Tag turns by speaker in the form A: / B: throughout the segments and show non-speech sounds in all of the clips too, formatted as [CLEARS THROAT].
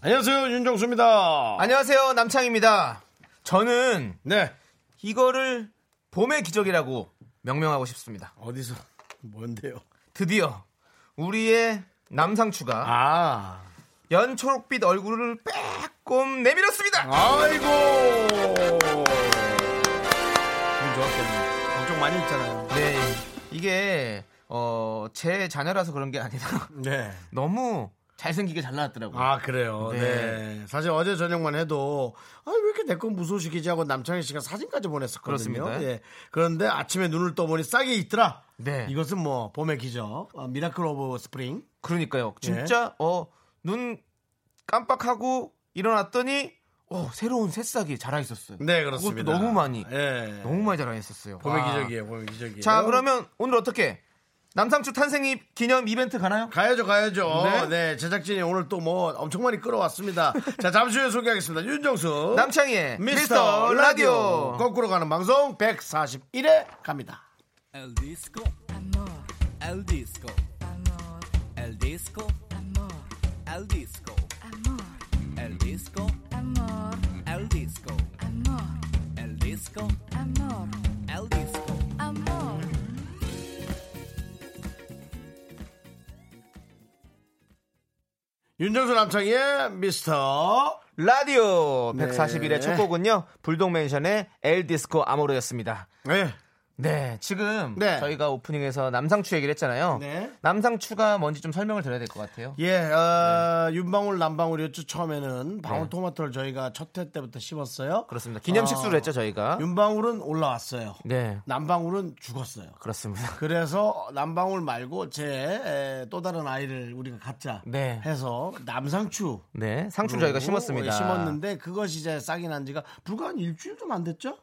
A: 안녕하세요 윤정수입니다.
B: 안녕하세요 남창입니다. 저는
A: 네
B: 이거를 봄의 기적이라고 명명하고 싶습니다.
A: 어디서 뭔데요?
B: 드디어 우리의 남상추가
A: 아
B: 연초록빛 얼굴을 빼꼼 내밀었습니다.
A: 아이고 기분 좋았겠네. 걱정 많이 했잖아요.
B: 네, 이게 어, 제 자녀라서 그런 게 아니라 [LAUGHS]
A: 네.
B: 너무 잘생기게 잘 나왔더라고요.
A: 아 그래요. 네.
B: 네.
A: 사실 어제 저녁만 해도 아, 왜 이렇게 내 건 무소식이지 하고 남창희 씨가 사진까지 보냈었거든요.
B: 그렇습니다.
A: 예. 그런데 아침에 눈을 떠보니 싹이 있더라.
B: 네.
A: 이것은 뭐 봄의 기적, 아, 미라클 오브 스프링.
B: 그러니까요.
A: 예.
B: 진짜 어 눈 깜빡하고 일어났더니 어, 새로운 새싹이 자라 있었어요.
A: 네 그렇습니다.
B: 그것도 너무 많이
A: 예.
B: 너무 많이 자라 있었어요.
A: 봄의
B: 와.
A: 기적이에요. 봄의 기적이에요.
B: 자 그러면 오늘 어떻게 남상추 탄생 이- 기념 이벤트 가나요?
A: 가야죠, 가야죠.
B: 네.
A: 네, 제작진이 오늘 또 뭐 엄청 많이 끌어왔습니다. 자, 잠시 후에 소개하겠습니다. 윤정수,
B: 남창희의 미스터 라디오.
A: 거꾸로 가는 방송 141회 갑니다.
C: El disco, el disco, el disco, el disco, el disco, el disco, el disco, el disco.
A: 윤정수 남창희의 미스터
B: 라디오
A: 네.
B: 141의 첫 곡은요 불독맨션의 엘 디스코 아모르였습니다.
A: 네.
B: 네 지금
A: 네.
B: 저희가 오프닝에서 남상추 얘기를 했잖아요.
A: 네.
B: 남상추가 뭔지 좀 설명을 드려야 될 것 같아요.
A: 예,
B: 네.
A: 어, 윤방울 남방울이었죠. 처음에는 방울토마토를 저희가 첫 회 때부터 씹었어요.
B: 그렇습니다. 기념
A: 어,
B: 식수를 했죠 저희가.
A: 윤방울은 올라왔어요.
B: 네
A: 남방울은 죽었어요.
B: 그렇습니다.
A: 그래서 남방울 말고 제 또 다른 아이를 우리가 갖자
B: 네.
A: 해서 남상추
B: 네 상추 저희가
A: 로
B: 심었습니다.
A: 심었는데 그것이 이제 싹이 난 지가 불과 한 일주일 좀 안 됐죠?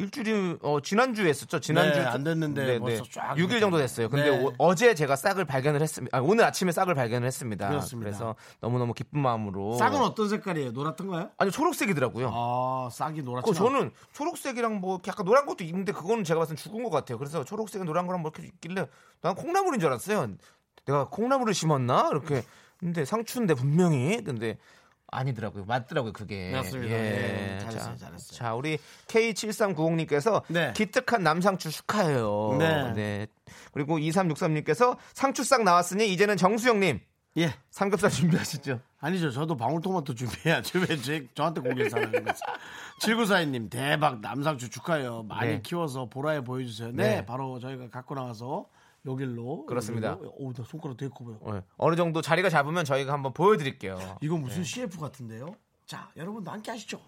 B: 일주일이 어, 지난주에 했었죠. 지난주
A: 네, 안 됐는데 벌써 쫙
B: 6일 정도 됐어요. 근데
A: 네.
B: 오- 어제 제가 싹을 발견을 했습니다. 아, 오늘 아침에 싹을 발견을 했습니다.
A: 그렇습니다.
B: 래서 너무너무 기쁜 마음으로
A: 싹은 어떤 색깔이에요? 노랗던가요?
B: 아니 초록색이더라고요.
A: 아, 싹이 노랗죠.
B: 그 저는 초록색이랑 뭐 약간 노란 것도 있는데 그거는 제가 봤을 때 죽은 것 같아요. 그래서 초록색은 노란 거랑 뭐 이렇게 있길래 난 콩나물인 줄 알았어요. 내가 콩나물을 심었나 이렇게 근데 상추인데 분명히 근데 아니더라고요. 맞더라고요 그게.
A: 맞습니다. 예, 잘했어요,
B: 자,
A: 잘했어요.
B: 자 우리 K7390님께서
A: 네.
B: 기특한 남상추 축하해요.
A: 네.
B: 그리고 2363님께서 상추 싹 나왔으니 이제는 정수영님
A: 예.
B: 삼겹살 준비하시죠.
A: 아니죠. 저도 방울토마토 준비해야죠. 왜 제, 저한테 고기를 사는 거지? [LAUGHS] 7942님, 대박. 남상추 축하해요. 많이
B: 네.
A: 키워서 보라에 보여주세요. 네,
B: 네.
A: 바로 저희가 갖고 나와서 여길로.
B: 그렇습니다.
A: 여길로. 어우, 나 손가락 되게 커보여.
B: 어, 어느 정도 자리가 잡으면 저희가 한번 보여드릴게요.
A: 이거 무슨 CF 같은데요? 자, 여러분도 함께 하시죠.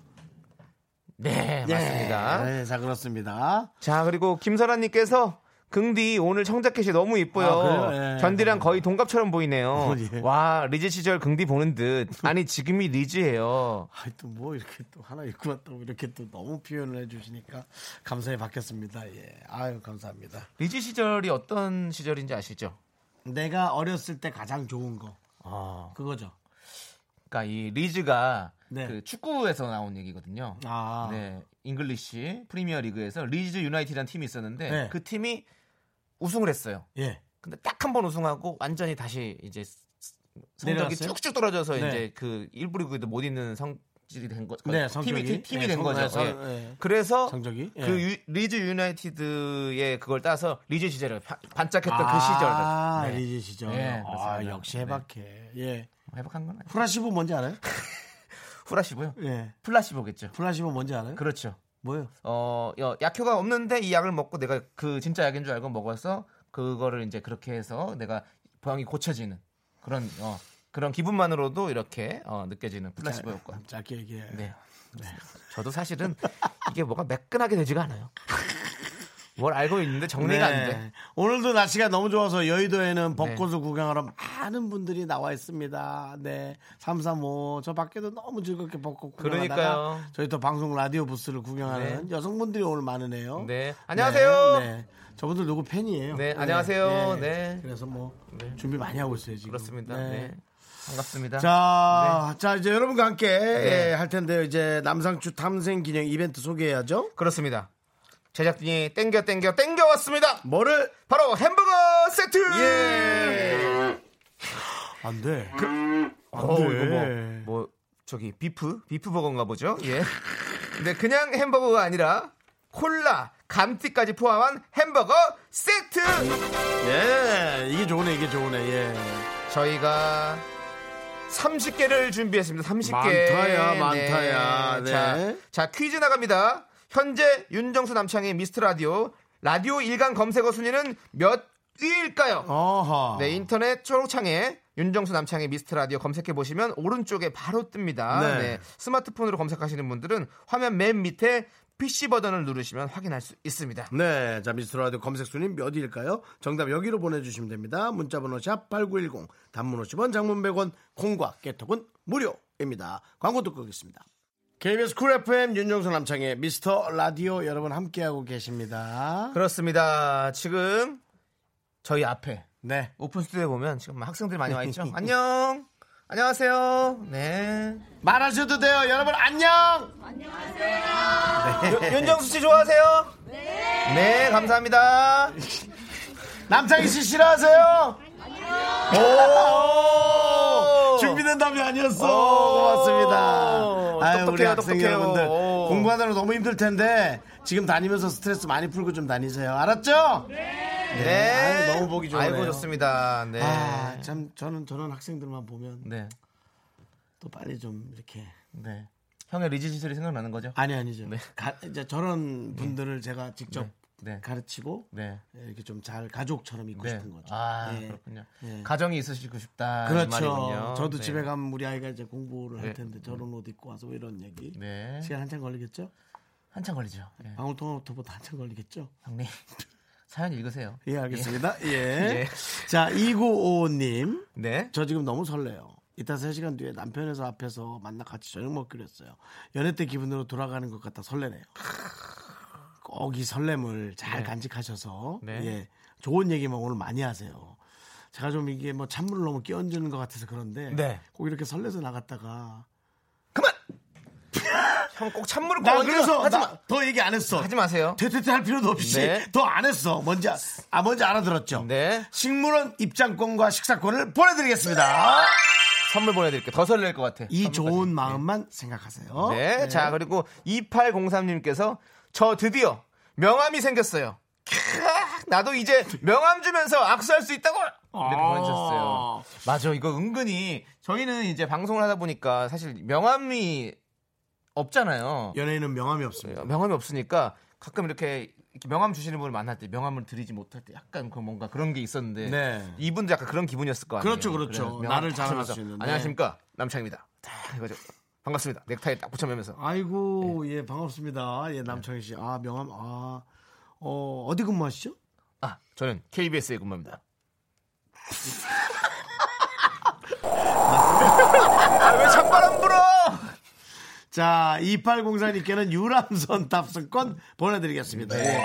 B: 네, 맞습니다.
A: 네, 자, 그렇습니다.
B: 자, 그리고 김설아님께서 긍디 오늘 청자켓이 너무 이뻐요.
A: 아, 그래요? 예.
B: 견디랑 거의 동갑처럼 보이네요.
A: 어, 예.
B: 와, 리즈 시절 긍디 보는 듯. 아니, 지금이 리즈예요.
A: 아이 또 뭐 이렇게 또 하나 입고 왔다고 이렇게 또 너무 표현을 해주시니까 감사히 받겠습니다. 예, 아유 감사합니다.
B: 리즈 시절이 어떤 시절인지 아시죠?
A: 내가 어렸을 때 가장 좋은 거
B: 아,
A: 그거죠.
B: 그러니까 이 리즈가
A: 네.
B: 그 축구에서 나온 얘기거든요.
A: 아,
B: 네, 잉글리시 프리미어 리그에서 리즈 유나이티드라는 팀이 있었는데
A: 네.
B: 그 팀이 우승을 했어요.
A: 예,
B: 근데 딱 한 번 우승하고 완전히 다시 이제 성적이
A: 내려갔어요?
B: 쭉쭉 떨어져서
A: 네.
B: 이제 그 일부 리그에도 못 있는 성질이 된 거죠. 그러니까
A: 네, 성적이.
B: 팀이, 팀, 이
A: 네,
B: 된
A: 성-
B: 거죠.
A: 네, 성-
B: 예.
A: 네.
B: 그래서
A: 성적이 예.
B: 그 유- 리즈 유나이티드의 그걸 따서 리즈 시절에 바- 반짝했던
A: 아,
B: 그 시절. 네.
A: 리즈 시절.
B: 네,
A: 아,
B: 그렇습니다.
A: 역시 해박해. 예,
B: 해박한 건 아니에요.
A: 플라시보 뭔지 알아요?
B: 후라시보요.
A: 예,
B: 플라시보겠죠.
A: 플라시보 뭔지 알아요?
B: 그렇죠.
A: 뭐요?
B: 어, 여- 약효가 없는데 이 약을 먹고 내가 그 진짜 약인 줄 알고 먹어서 그거를 이제 그렇게 해서 내가 병이 고쳐지는 그런 어, 그런 기분만으로도 이렇게 어, 느껴지는 플라시보 효과.
A: 짧게 얘기해.
B: 네. 저도 사실은 이게 뭐가 매끈하게 되지가 않아요. 뭘 알고 있는데 정리가 안
A: 네.
B: 돼.
A: 오늘도 날씨가 너무 좋아서
B: 네.
A: 여의도에는 벚꽃을 구경하러 많은 분들이 나와 있습니다. 네. 335. 저 밖에도 너무 즐겁게 벚꽃 구경하다가
B: 그러니까요.
A: 저희 또 방송 라디오 부스를 구경하는 여성분들이 오늘 많으네요.
B: 네. 안녕하세요.
A: 네, 네. 저분들 누구 팬이에요.
B: 네, 안녕하세요. 네.
A: 그래서 뭐 준비 많이 하고 있어요, 지금.
B: 그렇습니다.
A: 네.
B: 네. 반갑습니다.
A: 자, 자 이제 여러분과 함께
B: 네.
A: 예, 할 텐데요. 이제 남상추 탐생 기념 이벤트 소개해야죠.
B: 그렇습니다. 제작진이 땡겨 땡겨 땡겨 왔습니다.
A: 뭐를
B: 바로 햄버거 세트.
A: 예! 안 돼. 안
B: 어,
A: 돼.
B: 이거 뭐, 뭐 저기 비프 비프 버거인가 보죠. 예. 근데 그냥 햄버거가 아니라 콜라 감튀까지 포함한 햄버거 세트.
A: 예, 이게 좋으네, 이게 좋으네. 예.
B: 저희가 30개를 준비했습니다. 30개. 네.
A: 많다야, 많다야. 네.
B: 자, 자, 퀴즈 나갑니다. 현재 윤정수 남창의 미스트 라디오 라디오 일간 검색어 순위는 몇 위일까요?
A: 어허.
B: 네, 인터넷 초록창에 윤정수 남창의 미스트 라디오 검색해 보시면 오른쪽에 바로 뜹니다.
A: 네.
B: 네. 스마트폰으로 검색하시는 분들은 화면 맨 밑에 PC 버전을 누르시면 확인할 수 있습니다.
A: 네, 자 미스터 라디오 검색 순위 몇 위일까요? 정답 여기로 보내주시면 됩니다. 문자번호 샵 #8910 단문 50원, 장문 100원, 콩과 깨톡은 무료입니다. 광고 듣고 오겠습니다. KBS 쿨 FM 윤정수 남창의 미스터 라디오 여러분 함께하고 계십니다.
B: 그렇습니다. 지금 저희 앞에
A: 네,
B: 오픈 스튜디오에 보면 지금 막 학생들이 많이 와 [LAUGHS] 있죠. 안녕. 안녕하세요. 네.
A: 말하셔도 돼요. 여러분 안녕. 네.
B: 윤정수 씨 좋아하세요? 네. 네, 감사합니다.
A: 남창희 씨 싫어하세요?
B: 오!
A: 준비된 답이 아니었어. 어,
B: 오,
A: 고맙습니다. 아유, 우리
B: 똑똑해요,
A: 학생
B: 똑똑해요.
A: 여러분들
B: 오.
A: 공부하느라 너무 힘들 텐데 지금 다니면서 스트레스 많이 풀고 좀 다니세요. 알았죠?
B: 네.
A: 아유, 너무 보기 좋네요.
B: 아이고 좋습니다. 네.
A: 아, 참 저는 저런 학생들만 보면
B: 네.
A: 또 빨리 좀 이렇게
B: 네. 형의 리지지설이 생각나는 거죠?
A: 아니 아니죠. 가- 이제 저런 분들을 제가 직접
B: 네. 네.
A: 가르치고
B: 네.
A: 이렇게 좀 잘 가족처럼 있고
B: 네.
A: 싶은 거죠.
B: 아,
A: 예.
B: 그렇군요.
A: 예.
B: 가정이 있으시고 싶다. 아, 이
A: 그렇죠.
B: 말이군요.
A: 저도
B: 네.
A: 집에 가면 우리 아이가 이제 공부를
B: 네.
A: 할 텐데 저런 옷 입고 와서 왜 이런 얘기.
B: 네.
A: 시간 한참 걸리겠죠?
B: 한참 걸리죠. 예.
A: 방울 통화부터보다 한참 걸리겠죠?
B: 형님. [LAUGHS] 사연 읽으세요.
A: 예, 알겠습니다. 예.
B: [LAUGHS] 예.
A: 자, 2955님.
B: 네.
A: 저 지금 너무 설레요. 이따 3시간 뒤에 남편에서 앞에서 만나 같이 저녁 먹기로 했어요. 연애 때 기분으로 돌아가는 것 같아 설레네요. 꼭 이 설렘을 잘 간직하셔서
B: 네.
A: 예, 좋은 얘기만 오늘 많이 하세요. 제가 좀 이게 뭐 찬물을 너무 끼얹는 것 같아서 그런데
B: 네.
A: 꼭 이렇게 설레서 나갔다가
B: 그만! 형 꼭 찬물을
A: 나
B: 꼭
A: 그래서
B: 어, 하지,
A: 나
B: 마,
A: 더 얘기 안 했어.
B: 하지 마세요.
A: 퇴퇴퇴 할 필요도 없이
B: 네.
A: 더 안 했어. 뭔지 아- 아 뭔지 알아들었죠.
B: 네.
A: 식물원 입장권과 식사권을 보내드리겠습니다.
B: 선물 보내드릴게요. 더 설렐 것 같아.
A: 이
B: 네. 선물까지.
A: 좋은 마음만 생각하세요.
B: 네. 자, 그리고 2803님께서 저 드디어 명함이 생겼어요. 캬, 나도 이제 명함 주면서 악수할 수 있다고! 이렇게
A: 아.
B: 보내주셨어요. 맞아. 이거 은근히 저희는 이제 방송을 하다 보니까 사실 명함이 없잖아요.
A: 연예인은 명함이 없습니다.
B: 네, 명함이 없으니까 가끔 이렇게 이렇게 명함 주시는 분을 만날 때 명함을 드리지 못할 때 약간 그 뭔가 그런 게 있었는데
A: 네.
B: 이분도 약간 그런 기분이었을 것 같아요.
A: 그렇죠, 그렇죠.
B: 그래서 명함
A: 나를
B: 딱
A: 자랑할
B: 하면서
A: 수 있는. 네.
B: 안녕하십니까 남창입니다. 딱 이거죠. 반갑습니다. 넥타이 딱 붙여매면서
A: 아이고
B: 네.
A: 예 반갑습니다. 예 남창희 씨. 아 명함 아 어, 어디 근무하시죠?
B: 아 저는
A: [LAUGHS]
B: KBS의 근무입니다. 아왜 찬바람 불어?
A: 자 2804님께는 유람선 탑승권 보내드리겠습니다. 예.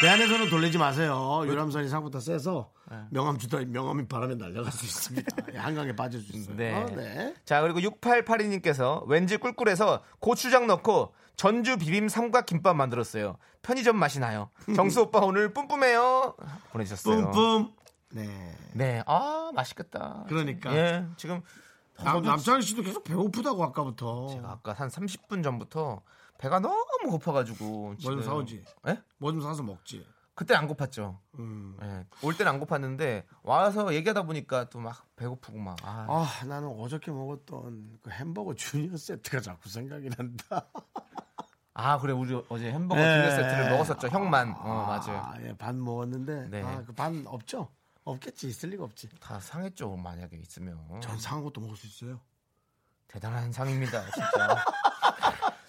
A: 배 안에서는 돌리지 마세요. 유람선이 생각보다 세서 명함 주다 명함이 바람에 날아갈 수 [LAUGHS] 있습니다. 예, 한강에 빠질 수 있어요.
B: 네.
A: 어, 네.
B: 자 그리고 6882님께서 왠지 꿀꿀해서 고추장 넣고 전주 비빔 삼각 김밥 만들었어요. 편의점 맛이 나요. 정수 오빠 오늘 뿜뿜해요. 보내주셨어요.
A: 뿜뿜. 네.
B: 네, 아 맛있겠다.
A: 그러니까.
B: 예, 지금
A: 남, 남창희 씨도 계속 배고프다고 아까부터.
B: 제가 아까 한 30분 전부터 배가 너무 고파가지고 지금-
A: 사오지?
B: 예?
A: 뭐 좀 사서 먹지.
B: 그때 안 고팠죠.
A: 음.
B: 예, 올 때는 안 고팠는데 와서 얘기하다 보니까 또 막 배고프고 막. 아,
A: 아, 나는 어저께 먹었던 그 햄버거 주니어 세트가 자꾸 생각이 난다.
B: 아, 그래 우리 어제 햄버거
A: 예.
B: 두 개 세트를 먹었었죠. 형만. 어 맞아요.
A: 아, 예, 반 먹었는데
B: 네.
A: 아, 그 반 없죠? 없겠지. 있을 리가 없지.
B: 다 상했죠 만약에 있으면.
A: 전 상한 것도 먹을 수 있어요.
B: [LAUGHS] 대단한 상입니다 진짜.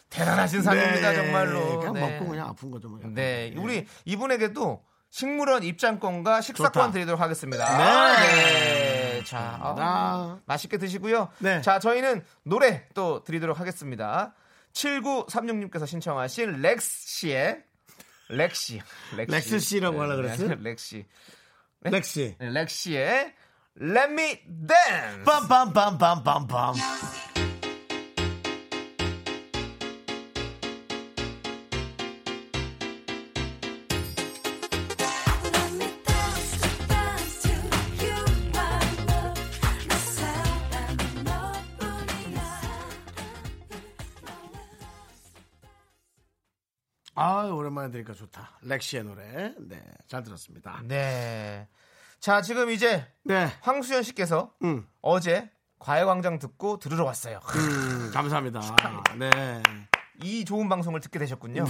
B: 대단하신 상입니다 정말로.
A: 네. 그냥
B: 네.
A: 먹고 그냥 아픈 거죠. 뭐 약간.
B: 네, 우리 이분에게도 식물원 입장권과 식사권
A: 좋다.
B: 드리도록 하겠습니다.
A: 네.
B: 네. 자, 어,
A: 나.
B: 맛있게 드시고요.
A: 네.
B: 자, 저희는 노래 또 드리도록 하겠습니다. 7936님께서 신청하신 렉시의 렉시.
A: 렉스 씨라고 하려고
B: 네,
A: 그랬어요?
B: [LAUGHS] 렉시.
A: 렉시.
B: 네, 렉시의 Let Me Dance.
A: 빰빰빰빰빰빰.
D: Let me dance, dance to you, my love. 내 사랑 너뿐이야.
A: 아 오랜만에 들으니까 좋다. 렉시의 노래. 네, 잘 들었습니다.
B: 네. 자, 지금 이제
A: 네,
B: 황수연 씨께서
A: 음.
B: 어제 과외광장 듣고 들으러 왔어요.
A: 음, 감사합니다. 네,
B: 이 좋은 방송을
A: [LAUGHS]
B: 듣게 되셨군요.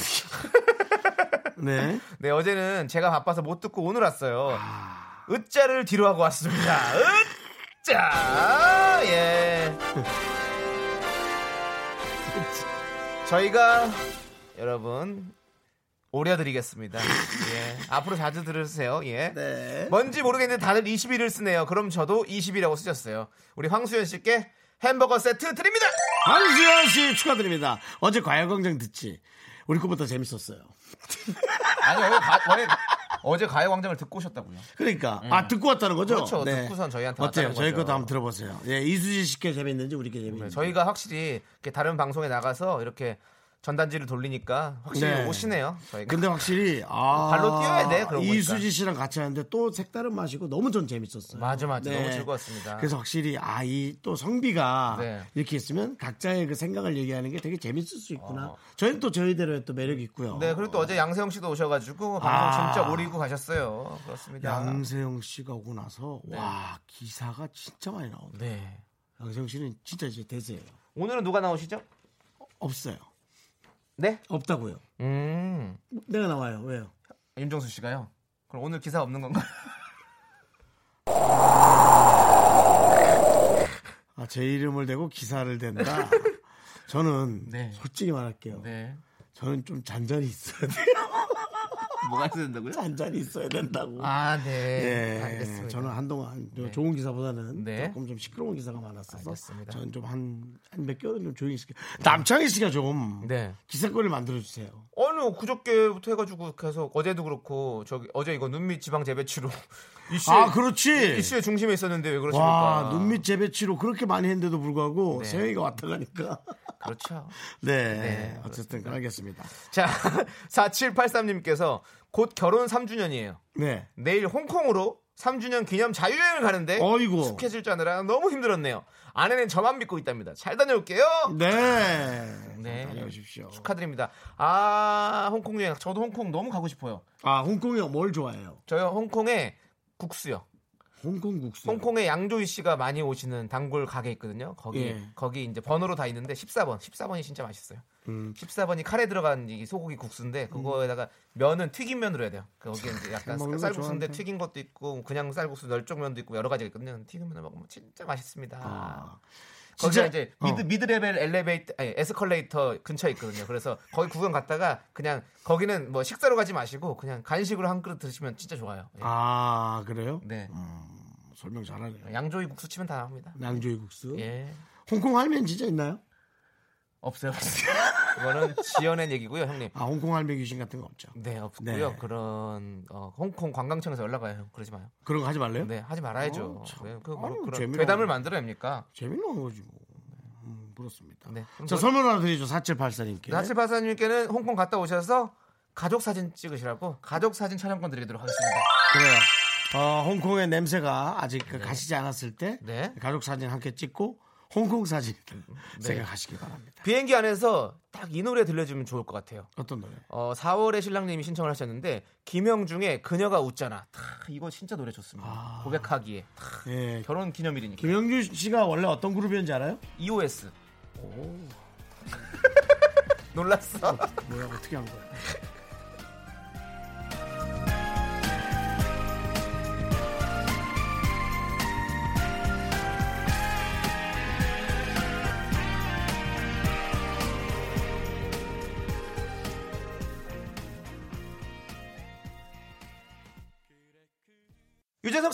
A: 네.
B: 네, 어제는 제가 바빠서 못 듣고 오늘 왔어요.
A: 아.
B: 으짜를 뒤로 하고 왔습니다. 으짜!
A: [LAUGHS]
B: 예. 저희가 여러분 오려드리겠습니다. 예. 앞으로 자주 들으세요. 예.
A: 네.
B: 뭔지 모르겠는데 다들 20일을 쓰네요. 그럼 저도 20이라고 쓰셨어요. 우리 황수연 씨께 햄버거 세트 드립니다.
A: 황수현 씨 축하드립니다. 어제 과외광장 듣지. 우리 거보다 재밌었어요.
B: 아니, 어제, 가, 어제, 어제 가요광장을 듣고 오셨다고요.
A: 그러니까 아 듣고 왔다는 거죠? 네.
B: 음. 그렇죠. 듣고선 저희한테
A: 어때요?
B: 왔다는
A: 저희
B: 거죠. 네,
A: 것도 한번 들어보세요. 예, 이수지 씨께 재밌는지 우리 께 재밌는지.
B: 저희가 확실히 이렇게 다른 방송에 나가서 이렇게 전단지를 돌리니까 확실히
A: 네.
B: 오시네요. 저희가.
A: 근데 확실히 아
B: 뭐 발로 뛰어야 돼, 그러고 보니까.
A: 이수지 씨랑 같이 하는데 또 색다른 맛이고 너무 전 재밌었어요.
B: 맞아, 맞아. 너무 즐거웠습니다.
A: 네. 그래서 확실히 아 이 또 성비가
B: 네.
A: 이렇게 있으면 각자의 그 생각을 얘기하는 게 되게 재밌을 수 있구나. 저희는 또 저희대로의 또 매력이 있고요.
B: 어. 네, 그리고 또 어제 양세형 씨도 오셔가지고 방송
A: 아.
B: 진짜 오리고 가셨어요. 그렇습니다.
A: 양세형 씨가 오고 나서 와 기사가 진짜 많이 나온다.
B: 네.
A: 양세형 씨는 진짜 이제 대세예요.
B: 오늘은 누가 나오시죠?
A: 없어요.
B: 네.
A: 없다고요.
B: 음.
A: 내가 나와요. 왜요?
B: 윤정수 씨가요. 그럼 오늘 기사 없는 건가요?
A: 아, 제 이름을 대고 기사를
B: [LAUGHS]
A: 댄다. 저는
B: 네.
A: 솔직히 말할게요.
B: 네.
A: 저는 좀 잔잔히 있어야 돼요. [LAUGHS]
B: 뭐가 있어야 된다고요?
A: 잔잔히 있어야 된다고.
B: 아, 네.
A: 예,
B: 알겠습니다.
A: 저는 한동안 저 좋은 기사보다는
B: 네.
A: 조금 좀 시끄러운 기사가 많았어서
B: 알겠습니다.
A: 저는 좀 한 한 몇 개월은 좀 조용히 있을게요. 남창희 씨가 좀
B: 네.
A: 기사거리를 만들어 주세요.
B: 아니 그저께부터 해가지고 계속 어제도 그렇고 저기 어제 이거 눈밑 지방 재배치로 [LAUGHS] 이슈
A: 아, 그렇지.
B: 네, 이슈의 중심에 있었는데 왜 그러십니까?
A: 와, 눈밑 재배치로 그렇게 많이 했는데도 불구하고 세영이가 왔다 가니까. [LAUGHS]
B: 그렇죠.
A: 네.
B: 네,
A: 어쨌든 알겠습니다.
B: 자, [LAUGHS] 4783님께서 곧 결혼 3주년이에요.
A: 네.
B: 내일 홍콩으로 3주년 기념 자유여행을 가는데
A: 어이구.
B: 스케줄 짜느라 너무 힘들었네요. 아내는 저만 믿고 있답니다. 잘 다녀올게요.
A: 네.
B: 네.
A: 다녀오십시오.
B: 축하드립니다. 아, 홍콩 여행. 저도 홍콩 너무 가고 싶어요.
A: 아, 홍콩이 뭘 좋아해요?
B: 저요 홍콩에 국수요.
A: 홍콩 국수.
B: 홍콩에 양조희 씨가 많이 오시는 단골 가게 있거든요. 거기
A: 예.
B: 거기 이제 번호로 다 있는데 14번. 14번이 진짜 맛있어요.
A: 음,
B: 14번이 카레 들어간 이 소고기 국수인데 그거에다가 면은 튀긴 면으로 해야 돼요. 거기 이제 약간
A: 먹는 거
B: 쌀국수인데
A: 뭐 좋아하는데.
B: 튀긴 것도 있고 그냥 쌀국수 널쪽면도 있고 여러 가지가 있거든요. 튀긴 면을 먹으면 진짜 맛있습니다. 거기가
A: 아, 진짜-
B: 이제
A: 어.
B: 미드 미드 레벨 엘리베이터 아니 에스컬레이터 근처에 있거든요. 그래서 거기 구경 갔다가 그냥 거기는 뭐 식사로 가지 마시고 그냥 간식으로 한 그릇 드시면 진짜 좋아요. 예.
A: 아, 그래요? 음,
B: 네.
A: 설명 잘하네요.
B: 양조이 국수 치면 다 합니다.
A: 양조이 국수.
B: 예.
A: 홍콩 할면 진짜 있나요? [LAUGHS]
B: 없어요. 그거는 지어낸 얘기고요, 형님.
A: 아, 홍콩 할매 귀신 같은 거 없죠.
B: 네, 없고요.
A: 네.
B: 그런 어, 홍콩 관광청에서 연락 와요. 그러지 마요.
A: 그런 거 하지 말래요?
B: 네, 하지 말아야죠.
A: 어, 참.
B: 네, 그,
A: 아유,
B: 런
A: 재미로.
B: 괴담을 만들어야 합니까?
A: 재밌는 거지 뭐. 음, 그렇습니다.
B: 네.
A: 자, 설문 하나 드리죠. 4784님께.
B: 나치 바사님께는 홍콩 갔다 오셔서 가족 사진 찍으시라고 가족 사진 촬영권 드리도록 하겠습니다.
A: 그래요. 어, 홍콩의 냄새가 아직 그 가시지 않았을 때
B: 네.
A: 가족 사진 함께 찍고 홍콩 사진이다 [LAUGHS] 생각하시기 바랍니다.
B: 비행기 안에서 딱 이 노래 들려주면 좋을 것 같아요.
A: 어떤 노래?
B: 어, 4월에 신랑님이 신청을 하셨는데 김영중의 그녀가 웃잖아. 다 이거 진짜 노래 좋습니다.
A: 아.
B: 고백하기에 다
A: 예.
B: 결혼 기념일이니까.
A: 김영준 씨가 원래 어떤 그룹이었는지 알아요?
B: EOS. [LAUGHS] 놀랐어.
A: 뭐야 어떻게 한 거야?
B: 유재석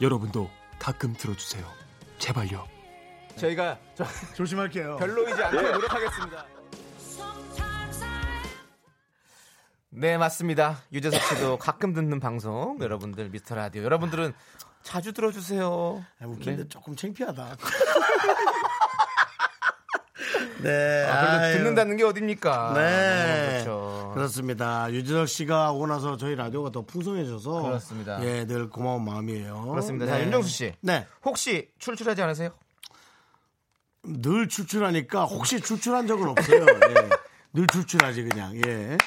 E: 여러분도 가끔 들어주세요. 제발요.
B: 저희가 저-
A: 조심할게요.
B: 별로이지 않게 노력하겠습니다. 네, 맞습니다. 유재석 씨도 가끔 듣는 방송, 여러분들 미스터 라디오. 여러분들은 자주 들어주세요.
A: 아, 웃긴데 조금
B: [LAUGHS]
A: 창피하다. 네.
B: 아, 그래도
A: 아유.
B: 듣는다는 게 어딥니까?
A: 네.
B: 너무 그렇죠.
A: 그렇습니다. 유재석 씨가 오고 나서 저희 라디오가 더 풍성해져서
B: 그렇습니다.
A: 예, 늘 고마운 마음이에요.
B: 그렇습니다. 자, 윤정수 씨.
A: 네.
B: 혹시 출출하지 않으세요?
A: 늘 출출하니까 혹시 출출한 적은 없어요. 예. 늘 출출하지 그냥. 예.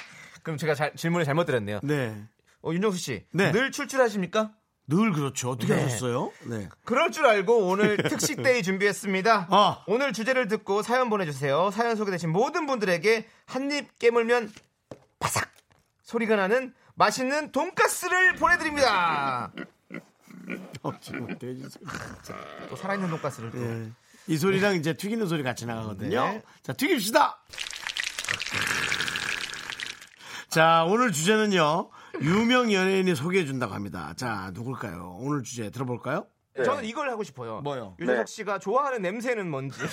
B: 그럼 제가 잘- 질문을 잘못 드렸네요.
A: 네.
B: 어, 윤정수 씨,
A: 네.
B: 늘 출출하십니까?
A: 늘 그렇죠. 어떻게
B: 네.
A: 하셨어요? 네. [LAUGHS]
B: 그럴 줄 알고 오늘 특식 데이 준비했습니다.
A: 아.
B: 오늘 주제를 듣고 사연 보내주세요. 사연 소개되신 모든 분들에게 한 입 깨물면 바삭 소리가 나는 맛있는 돈가스를 보내드립니다.
A: 어, 지금 돼지 소리.
B: 또 살아있는 돈가스를 또.
A: 예. 이 소리랑 이제 튀기는 소리 같이 나가거든요.
B: 네.
A: 자, 튀깁시다! 자, 오늘 주제는요. 유명 연예인이 소개해준다고 합니다. 자, 누굴까요? 오늘 주제 들어볼까요?
B: 저는 이걸 하고 싶어요.
A: 네. 뭐요?
B: 유재석
F: 네.
B: 씨가 좋아하는 냄새는 뭔지. [LAUGHS]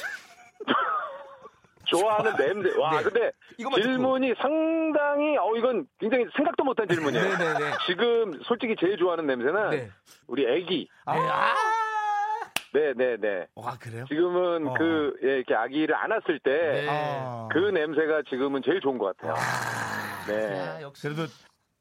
F: 좋아하는 냄새. 와,
B: 네.
F: 근데
B: 이것만
F: 질문이 상당히, 어, 이건 굉장히 생각도 못한 질문이에요.
B: 네네네.
F: 지금 솔직히 제일 좋아하는 냄새는
B: 네.
F: 우리 애기.
B: 아,
F: 네네네.
A: 와, 어, 아, 그래요?
F: 지금은
A: 어.
F: 그, 예, 이렇게 아기를 안았을 때,
B: 네.
A: 아,
F: 그 냄새가 지금은 제일 좋은 것 같아요. 네.
B: 아, 역시.
A: 그래도,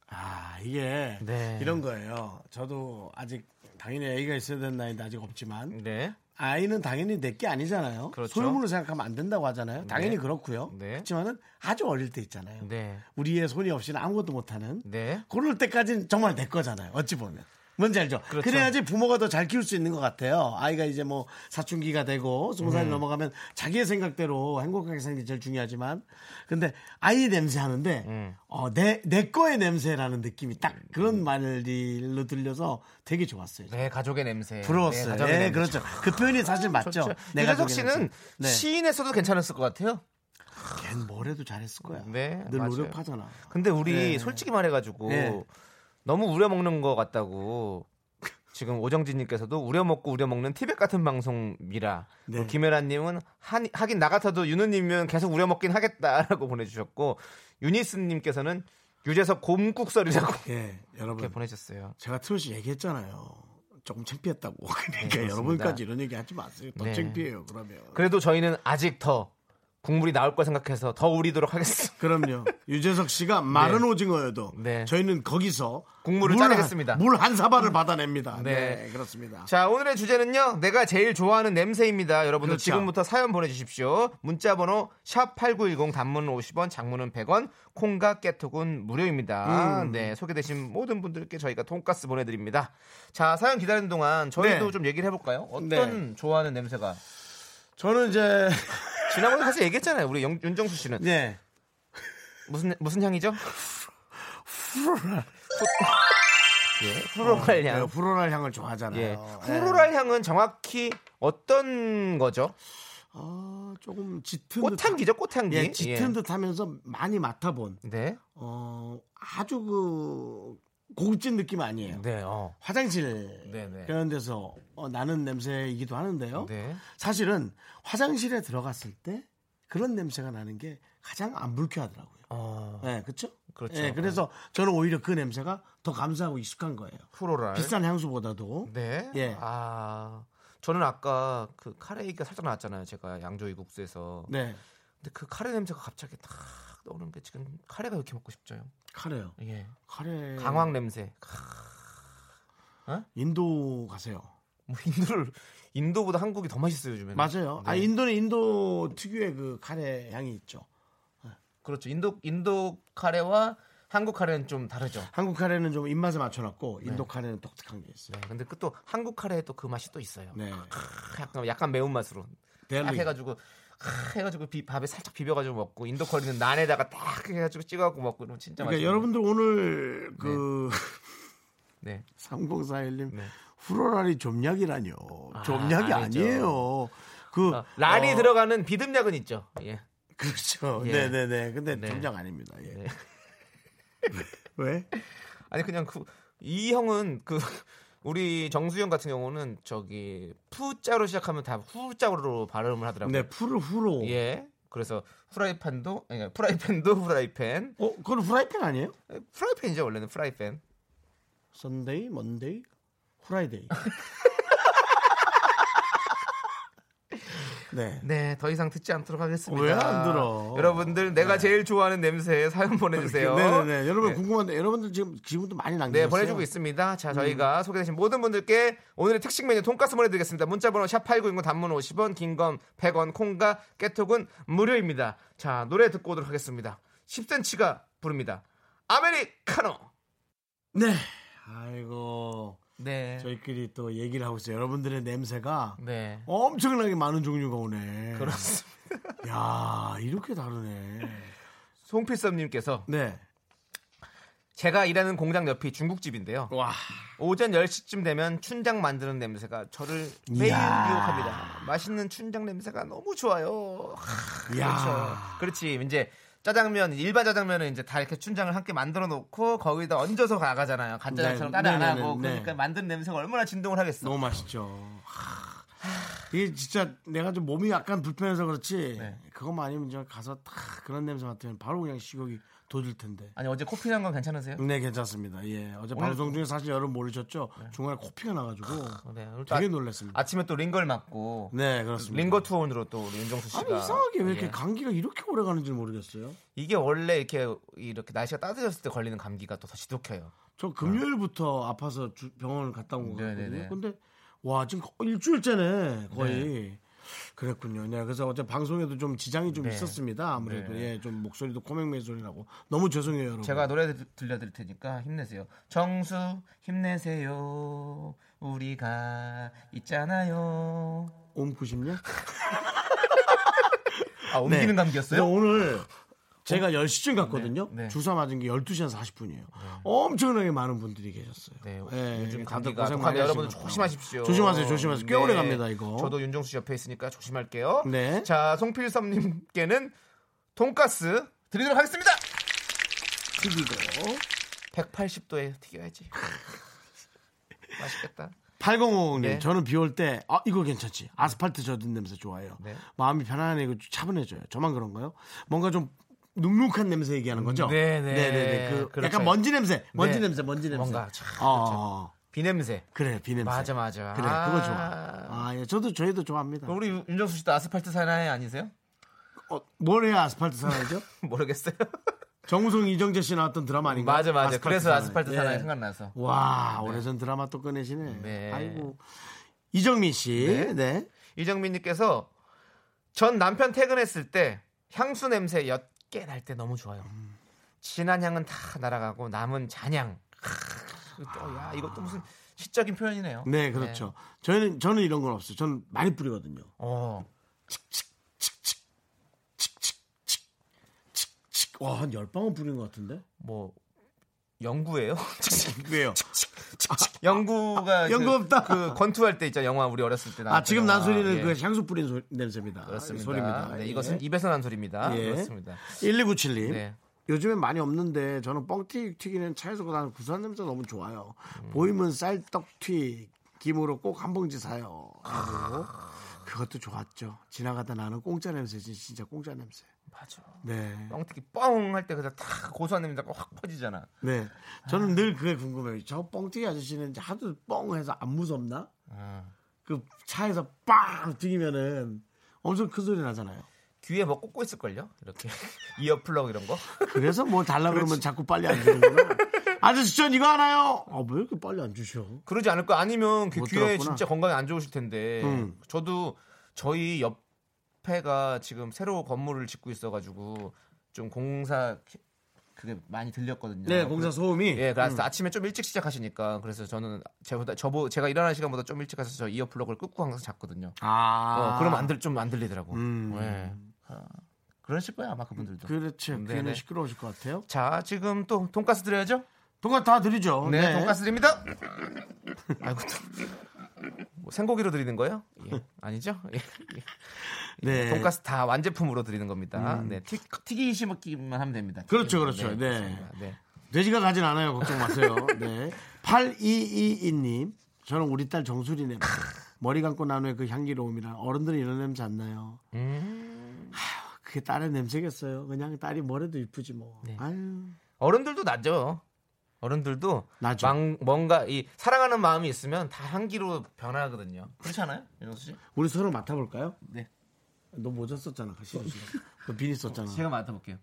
A: 아, 이게
B: 네.
A: 이런 거예요. 저도 아직 당연히 애기가 있어야 되는 나이인데 아직 없지만
B: 네.
A: 아이는 당연히 내 게 아니잖아요.
B: 그렇죠.
A: 소유물로 생각하면 안 된다고 하잖아요. 당연히 그렇고요.
B: 네.
A: 그렇지만은 아주 어릴 때 있잖아요.
B: 네.
A: 우리의 손이 없이는 아무것도 못하는
B: 네.
A: 그럴 때까지는 정말 내 거잖아요. 어찌 보면. 뭔지 알죠? 그
B: 그렇죠.
A: 래야지 부모가 더 잘 키울 수 있는 것 같아요. 아이가 이제 뭐 사춘기가 되고 스무
B: 음.
A: 살이 넘어가면 자기의 생각대로 행복하게 사는 게 제일 중요하지만 근데 아이 냄새 하는데
B: 음.
A: 어, 내, 내 거의 냄새라는 느낌이 딱 그런 말로 들려서 되게 좋았어요.
B: 네, 가족의 냄새.
A: 부러웠어요. 네,
B: 가족의 냄새. 아,
A: 그렇죠. 그 표현이 사실 맞죠.
B: 좋죠.
A: 내
B: 유재석
A: 가족의
B: 씨는
A: 냄새. 네.
B: 시인에서도 괜찮았을 것 같아요.
A: 걘 뭐래도 잘했을 거야.
B: 네,
A: 늘
B: 맞아요.
A: 노력하잖아.
B: 근데 우리
A: 네.
B: 솔직히 말해가지고
A: 네.
B: 너무 우려먹는 것 같다고 지금 오정진님께서도 우려먹고 우려먹는 티백 같은 방송이라
A: 네.
B: 그리고 김혜란님은 한- 하긴 나 같아도 윤우님은 계속 우려먹긴 하겠다라고 [LAUGHS] 보내주셨고 유니스님께서는 유재석 곰국설이라고 [LAUGHS]
A: 예, 여러분.
B: 이렇게 보내셨어요.
A: 제가 트롯이 얘기했잖아요. 조금 창피했다고. [LAUGHS] 그러니까
B: 네, 그렇습니다.
A: 여러분까지 이런 얘기 하지 마세요. 더
B: 네.
A: 창피해요, 그러면.
B: 그래도 저희는 아직 더 국물이 나올 거 생각해서 더 우리도록 하겠습니다. [LAUGHS]
A: 그럼요. 유재석 씨가 마른 오징어여도
B: 네.
A: 저희는 거기서
B: 국물을
A: 물 한-
B: 짜내겠습니다. 음.
A: 물한 사발을 받아냅니다. 네,
B: 네.
A: 그렇습니다.
B: 자 오늘의 주제는요 내가 제일 좋아하는 냄새입니다 여러분들
A: 그렇죠.
B: 지금부터 사연 보내주십시오 문자번호 샵8910 단문 50원 장문은 100원 콩과 깨톡은 무료입니다
A: 음.
B: 네 소개되신 모든 분들께 저희가 돈가스 보내드립니다 자 사연 기다리는 동안 저희도
A: 네.
B: 좀 얘기를 해볼까요 어떤
A: 네.
B: 좋아하는 냄새가
A: 저는
B: [LAUGHS]
A: 이제
B: 지난번에 사실 얘기했잖아요 우리 영- 윤정수 씨는
A: 네.
B: 무슨
A: [LAUGHS]
B: 무슨 향이죠 예, 후로랄 향
A: 네, 후로랄 향을 좋아하잖아요.
B: 예.
A: 네.
B: 후로랄 향은 정확히 어떤 거죠?
A: 아, 조금 짙은 듯
B: 꽃향기죠, 꽃향기.
A: 예, 짙은
B: 예.
A: 듯하면서 많이 맡아본
B: 네.
A: 어, 아주 그 고급진 느낌 아니에요.
B: 네. 어.
A: 화장실
B: 네네.
A: 그런 데서 어, 나는 냄새이기도 하는데요.
B: 네.
A: 사실은 화장실에 들어갔을 때 그런 냄새가 나는 게 가장 안 불쾌하더라고요.
B: 어.
A: 네, 그렇죠?
B: 그렇죠.
A: 네, 그래서 저는 오히려 그 냄새가 더 감사하고 익숙한 거예요.
B: 후로랄.
A: 비싼 향수보다도
B: 아, 네.
A: 예.
B: 아. 저는 아까 그 카레 얘기가 살짝 나왔잖아요. 제가 양조이 국수에서.
A: 네
B: 근데 그 카레 냄새가 갑자기 딱 떠오르는 게 지금 카레가 이렇게 먹고 싶죠요.
A: 카레요.
B: 예.
A: 카레
B: 강황 냄새.
A: 인도 가세요.
B: 뭐 인도를 인도보다 한국이 더 맛있어요, 네. 요즘에.
A: 맞아요. 아 인도는 인도 특유의 그 카레 향이 있죠.
B: 그렇죠. 인도 인도 카레와 한국 카레는 좀 다르죠.
A: 한국 카레는 좀 입맛에 맞춰놨고 인도 카레는 독특한 게 있어요.
B: 네, 근데 그 또 한국 카레에 또 그 맛이 또 있어요.
A: 네. 그러니까
B: 크, 약간 약간 매운 맛으로 딱
A: 델리.
B: 해가지고 크, 해가지고 비- 밥에 살짝 비벼가지고 먹고 인도 커리는 난에다가 딱 해가지고 찍어갖고 먹고 이러면 진짜
A: 그러니까
B: 맛있어요.
A: 여러분들 오늘 그
B: 네.
A: 3041님
B: 네.
A: 후로라리 좀약이라뇨. 좀약이 아,
B: 아니죠.
A: 니에요그
B: 어, 란이
A: 어,
B: 들어가는 비듬약은 있죠. 예.
A: [LAUGHS] 그렇죠.
B: 예.
A: 네네네. 근데
B: 네.
A: 좀약 아닙니다. 예.
B: 네.
A: [LAUGHS] 왜?
B: 아니 그냥 그 이 형은 그 [LAUGHS] 우리 정수영 같은 경우는 저기 푸자로 시작하면 다 후자로 발음을 하더라고요.
A: 네, 풀을 후로.
B: 예. 그래서 후라이팬도 아니 프라이팬도 후라이팬.
A: 어, 그건 후라이팬 아니에요?
B: 프라이팬이죠 원래는 프라이팬.
A: 선데이, 먼데이, 후라이데이. [LAUGHS] 네.
B: 네, 더 이상 듣지 않도록 하겠습니다.
A: 왜안 들어? 네.
B: 여러분들 내가 제일 좋아하는 냄새에 사연 보내주세요.
A: 네네네. 여러분
B: 네.
A: 궁금한데 여러분들 지금 지금도 많이 남기셨어요. 음.
B: 네, 보내주고 있습니다. 자, 저희가 소개되신 모든 분들께 오늘의 특식 메뉴 돈가스 보내드리겠습니다. 문자번호 샵8910 단문 50원, 긴건 100원, 콩과 깨톡은 무료입니다. 자, 노래 듣고 오도록 하겠습니다. 10cm가 부릅니다. 아메리카노!
A: 네. 아이고
B: 네.
A: 저희끼리 또 얘기를 하고 있어요. 여러분들의 냄새가
B: 네.
A: 엄청나게 많은 종류가 오네.
B: 그렇습니다.
A: 야 이렇게 다르네.
B: 송필섭님께서
A: 네.
B: 제가 일하는 공장 옆이 중국집인데요.
A: 와.
B: 오전 10시쯤 되면 춘장 만드는 냄새가 저를 매일
A: 이야.
B: 유혹합니다. 맛있는 춘장 냄새가 너무 좋아요. 하, 그렇죠.
A: 이야.
B: 그렇지. 이제 짜장면 일반 짜장면은 이제 다 이렇게 춘장을 함께 만들어 놓고 거기다 얹어서 가가잖아요. 간짜장처럼
A: 네,
B: 따라 안
A: 네, 네,
B: 하고
A: 네.
B: 그러니까 만드는 냄새가 얼마나 진동을 하겠어.
A: 너무 맛있죠. 하, 이게 진짜 내가 좀 몸이 약간 불편해서 그렇지.
B: 네.
A: 그것만 아니면 제가 가서 딱 그런 냄새 맡으면 바로 그냥 식욕이 돋을 텐데.
B: 아니 어제 코피 난 건 괜찮으세요?
A: 네 괜찮습니다. 예 어제
B: 오늘
A: 방송 중에 사실 여러분 모르셨죠? 중간에 코피가 나가지고
B: 네, 오늘 또
A: 되게
B: 아-
A: 놀랐습니다.
B: 아침에 또 링걸 맞고
A: 네 그렇습니다.
B: 링거 투혼으로 또 우리 윤정수 씨가
A: 아니 이상하게 왜 이렇게
B: 예.
A: 감기가 이렇게 오래 가는지 모르겠어요.
B: 이게 원래 이렇게 이렇게 날씨가 따뜻해졌을 때 걸리는 감기가 또 더 지독해요.
A: 저 금요일부터 아파서 주- 병원을 갔다 온 거 같거든요.
B: 네네네.
A: 근데 와 지금 거- 일주일째네 거의. 그랬군요. 네, 그래서 어제 방송에도 좀 지장이 좀
B: 네.
A: 있었습니다. 아무래도
B: 네.
A: 예, 좀 목소리도 코맹맹 소리 나고 너무 죄송해요, 여러분.
B: 제가 노래 들- 들려드릴 테니까 힘내세요. 정수 힘내세요. 우리가 있잖아요.
A: 옴 90년?
B: 아 옮기는
A: 네.
B: 감기였어요?
A: 오늘 제가 10시쯤 갔거든요.
B: 네, 네.
A: 주사 맞은 게 12시한 40분이에요. 엄청나게 많은 분들이 계셨어요.
B: 네,
A: 예,
B: 요즘
A: 다들
B: 감기가
A: 고생
B: 독한데
A: 많이
B: 여러분
A: 하시는 것 같아요.
B: 조심하십시오.
A: 조심하세요, 조심하세요. 꽤
B: 네.
A: 오래 갑니다, 이거.
B: 저도 윤정수 씨 옆에 있으니까 조심할게요.
A: 네.
B: 자 송필섭님께는 돈가스 드리도록 하겠습니다.
A: 튀기고. [LAUGHS]
B: 180도에 튀겨야지. 맛있겠다.
A: 8050님,
B: 네.
A: 저는 비 올 때, 아, 이거 괜찮지. 아스팔트 젖은 냄새 좋아해요.
B: 네.
A: 마음이 편안해지고 차분해져요. 저만 그런가요? 뭔가 좀 눅눅한 냄새 얘기하는 거죠?
B: 네, 네.
A: 네네네. 그
B: 그렇죠.
A: 약간 먼지 냄새, 먼지
B: 네.
A: 냄새, 먼지 냄새.
B: 뭔가 참
A: 어, 어, 어.
B: 비 냄새.
A: 그래, 비 냄새.
B: 맞아 맞아.
A: 그래,
B: 아.
A: 그거 좋아. 아, 예, 저도, 저희도 좋아합니다.
B: 우리 윤- 윤정수 씨도 아스팔트 사나이 아니세요? [LAUGHS]
A: 어, 뭘 해야 아스팔트 사나이죠?
B: 모르겠어요.
A: 정우성 이정재 씨 나왔던 드라마 아닌가?
B: 맞아 맞아. 그래서 아스팔트
A: 예.
B: 사나이 생각나서.
A: 와 오래전 드라마 또 꺼내시네.
B: 네.
A: 아이고 이정민 씨. 네.
B: 네. 이정민님께서 전 남편 퇴근했을 때 향수 냄새 옅게 날 때 너무 좋아요.
A: 음.
B: 진한 향은 다 날아가고 남은 잔향. 크으, 또, 야 이것도 무슨 시적인 표현이네요.
A: 네, 그렇죠. 저희는 저는 이런 건 없어요. 저는 많이 뿌리거든요.
B: 어.
A: 와한 열 방울 뿌린 것 같은데.
B: 뭐 영구예요? [LAUGHS]
A: 왜요?
B: 영구가
A: 연구 아, 없다.
B: 그 권투할 때 있잖아 영화 우리 어렸을 때
A: 아 지금 난
B: 나왔던 영화.
A: 소리는
B: 예.
A: 그 향수 뿌린 소, 냄새입니다.
B: 그렇습니다.
A: 소리입니다.
B: 네,
A: 예.
B: 이것은 입에서 난 소리입니다.
A: 예.
B: 그렇습니다.
A: 1297님.
B: 네.
A: 요즘엔 많이 없는데 저는 뻥튀기 튀기는 차에서 나는 구수한 냄새 너무 좋아요. 보이면 쌀떡튀 김으로 꼭 한 봉지 사요. 하고 그것도 좋았죠. 지나가다 나는 공짜 냄새지 진짜 공짜 냄새.
B: 맞아.
A: 네.
B: 뻥튀기 뻥할 때 그냥 탁 고소한 냄새가 확 퍼지잖아.
A: 네. 저는 늘 그게 궁금해요. 저 뻥튀기 아저씨는 하도 뻥해서 안 무섭나? 그 차에서 빵 튀기면은 엄청 큰 소리 나잖아요.
B: 귀에 뭐 꽂고 있을걸요? 이렇게 [LAUGHS] 이어플러그 이런 거.
A: 그래서 뭐 달라 그러면 자꾸 빨리 안 주는구나. 아저씨 전 이거 하나요? 아 왜 이렇게 빨리 안 주셔?
B: 그러지 않을 거 아니면 그
A: 못
B: 귀에
A: 들었구나.
B: 진짜 건강이 안 좋으실 텐데.
A: 음.
B: 저도 저희 옆에가 지금 새로 건물을 짓고 있어가지고 좀 공사 그게 많이 들렸거든요.
A: 네, 공사 소음이.
B: 예, 그래서 아침에 좀 일찍 시작하시니까 그래서 저는 제보다 저보 제가 일어나는 시간보다 좀 일찍 가서 저 이어플러그를 끄고 항상 잤거든요.
A: 아,
B: 어, 그럼 안들좀안 들리더라고.
A: 음.
B: 예. 아, 그러실 거예요 아마 그분들도.
A: 그렇죠.
B: 네,
A: 괜히
B: 네.
A: 시끄러우실 것 같아요.
B: 자, 지금 또 돈가스 드려야죠?
A: 동가 다 드리죠.
B: 네, 돈가스 드립니다. 아이고, 또. 뭐 생고기로 드리는 거예요? 예, 아니죠? 예, 예.
A: 네. 음.
B: 돈가스 다 완제품으로 드리는 겁니다. 네, 튀, 튀기시 먹기만 하면 됩니다.
A: 그렇죠,
B: 튀기시 먹기.
A: 그렇죠. 네.
B: 그렇습니다. 네.
A: 돼지가 가진 않아요. 걱정 마세요. 네. [LAUGHS] 8222님. 저는 우리 딸 정수리 냄새. 머리 감고 난 후에 그 향기로움이라 어른들은 이런 냄새 안 나요.
B: 음.
A: 하, 그게 딸의 냄새겠어요. 그냥 딸이 뭐래도 이쁘지 뭐.
B: 네.
A: 아유.
B: 어른들도 나죠. 어른들도
A: 나죠.
B: 망- 뭔가 이 사랑하는 마음이 있으면 다 향기로 변하거든요. 그렇지 않아요, 윤정수 씨?
A: 우리 서로 맡아볼까요?
B: 네.
A: 너 모자 썼잖아. 같이. 너 비니 썼잖아.
B: 제가 맡아볼게요.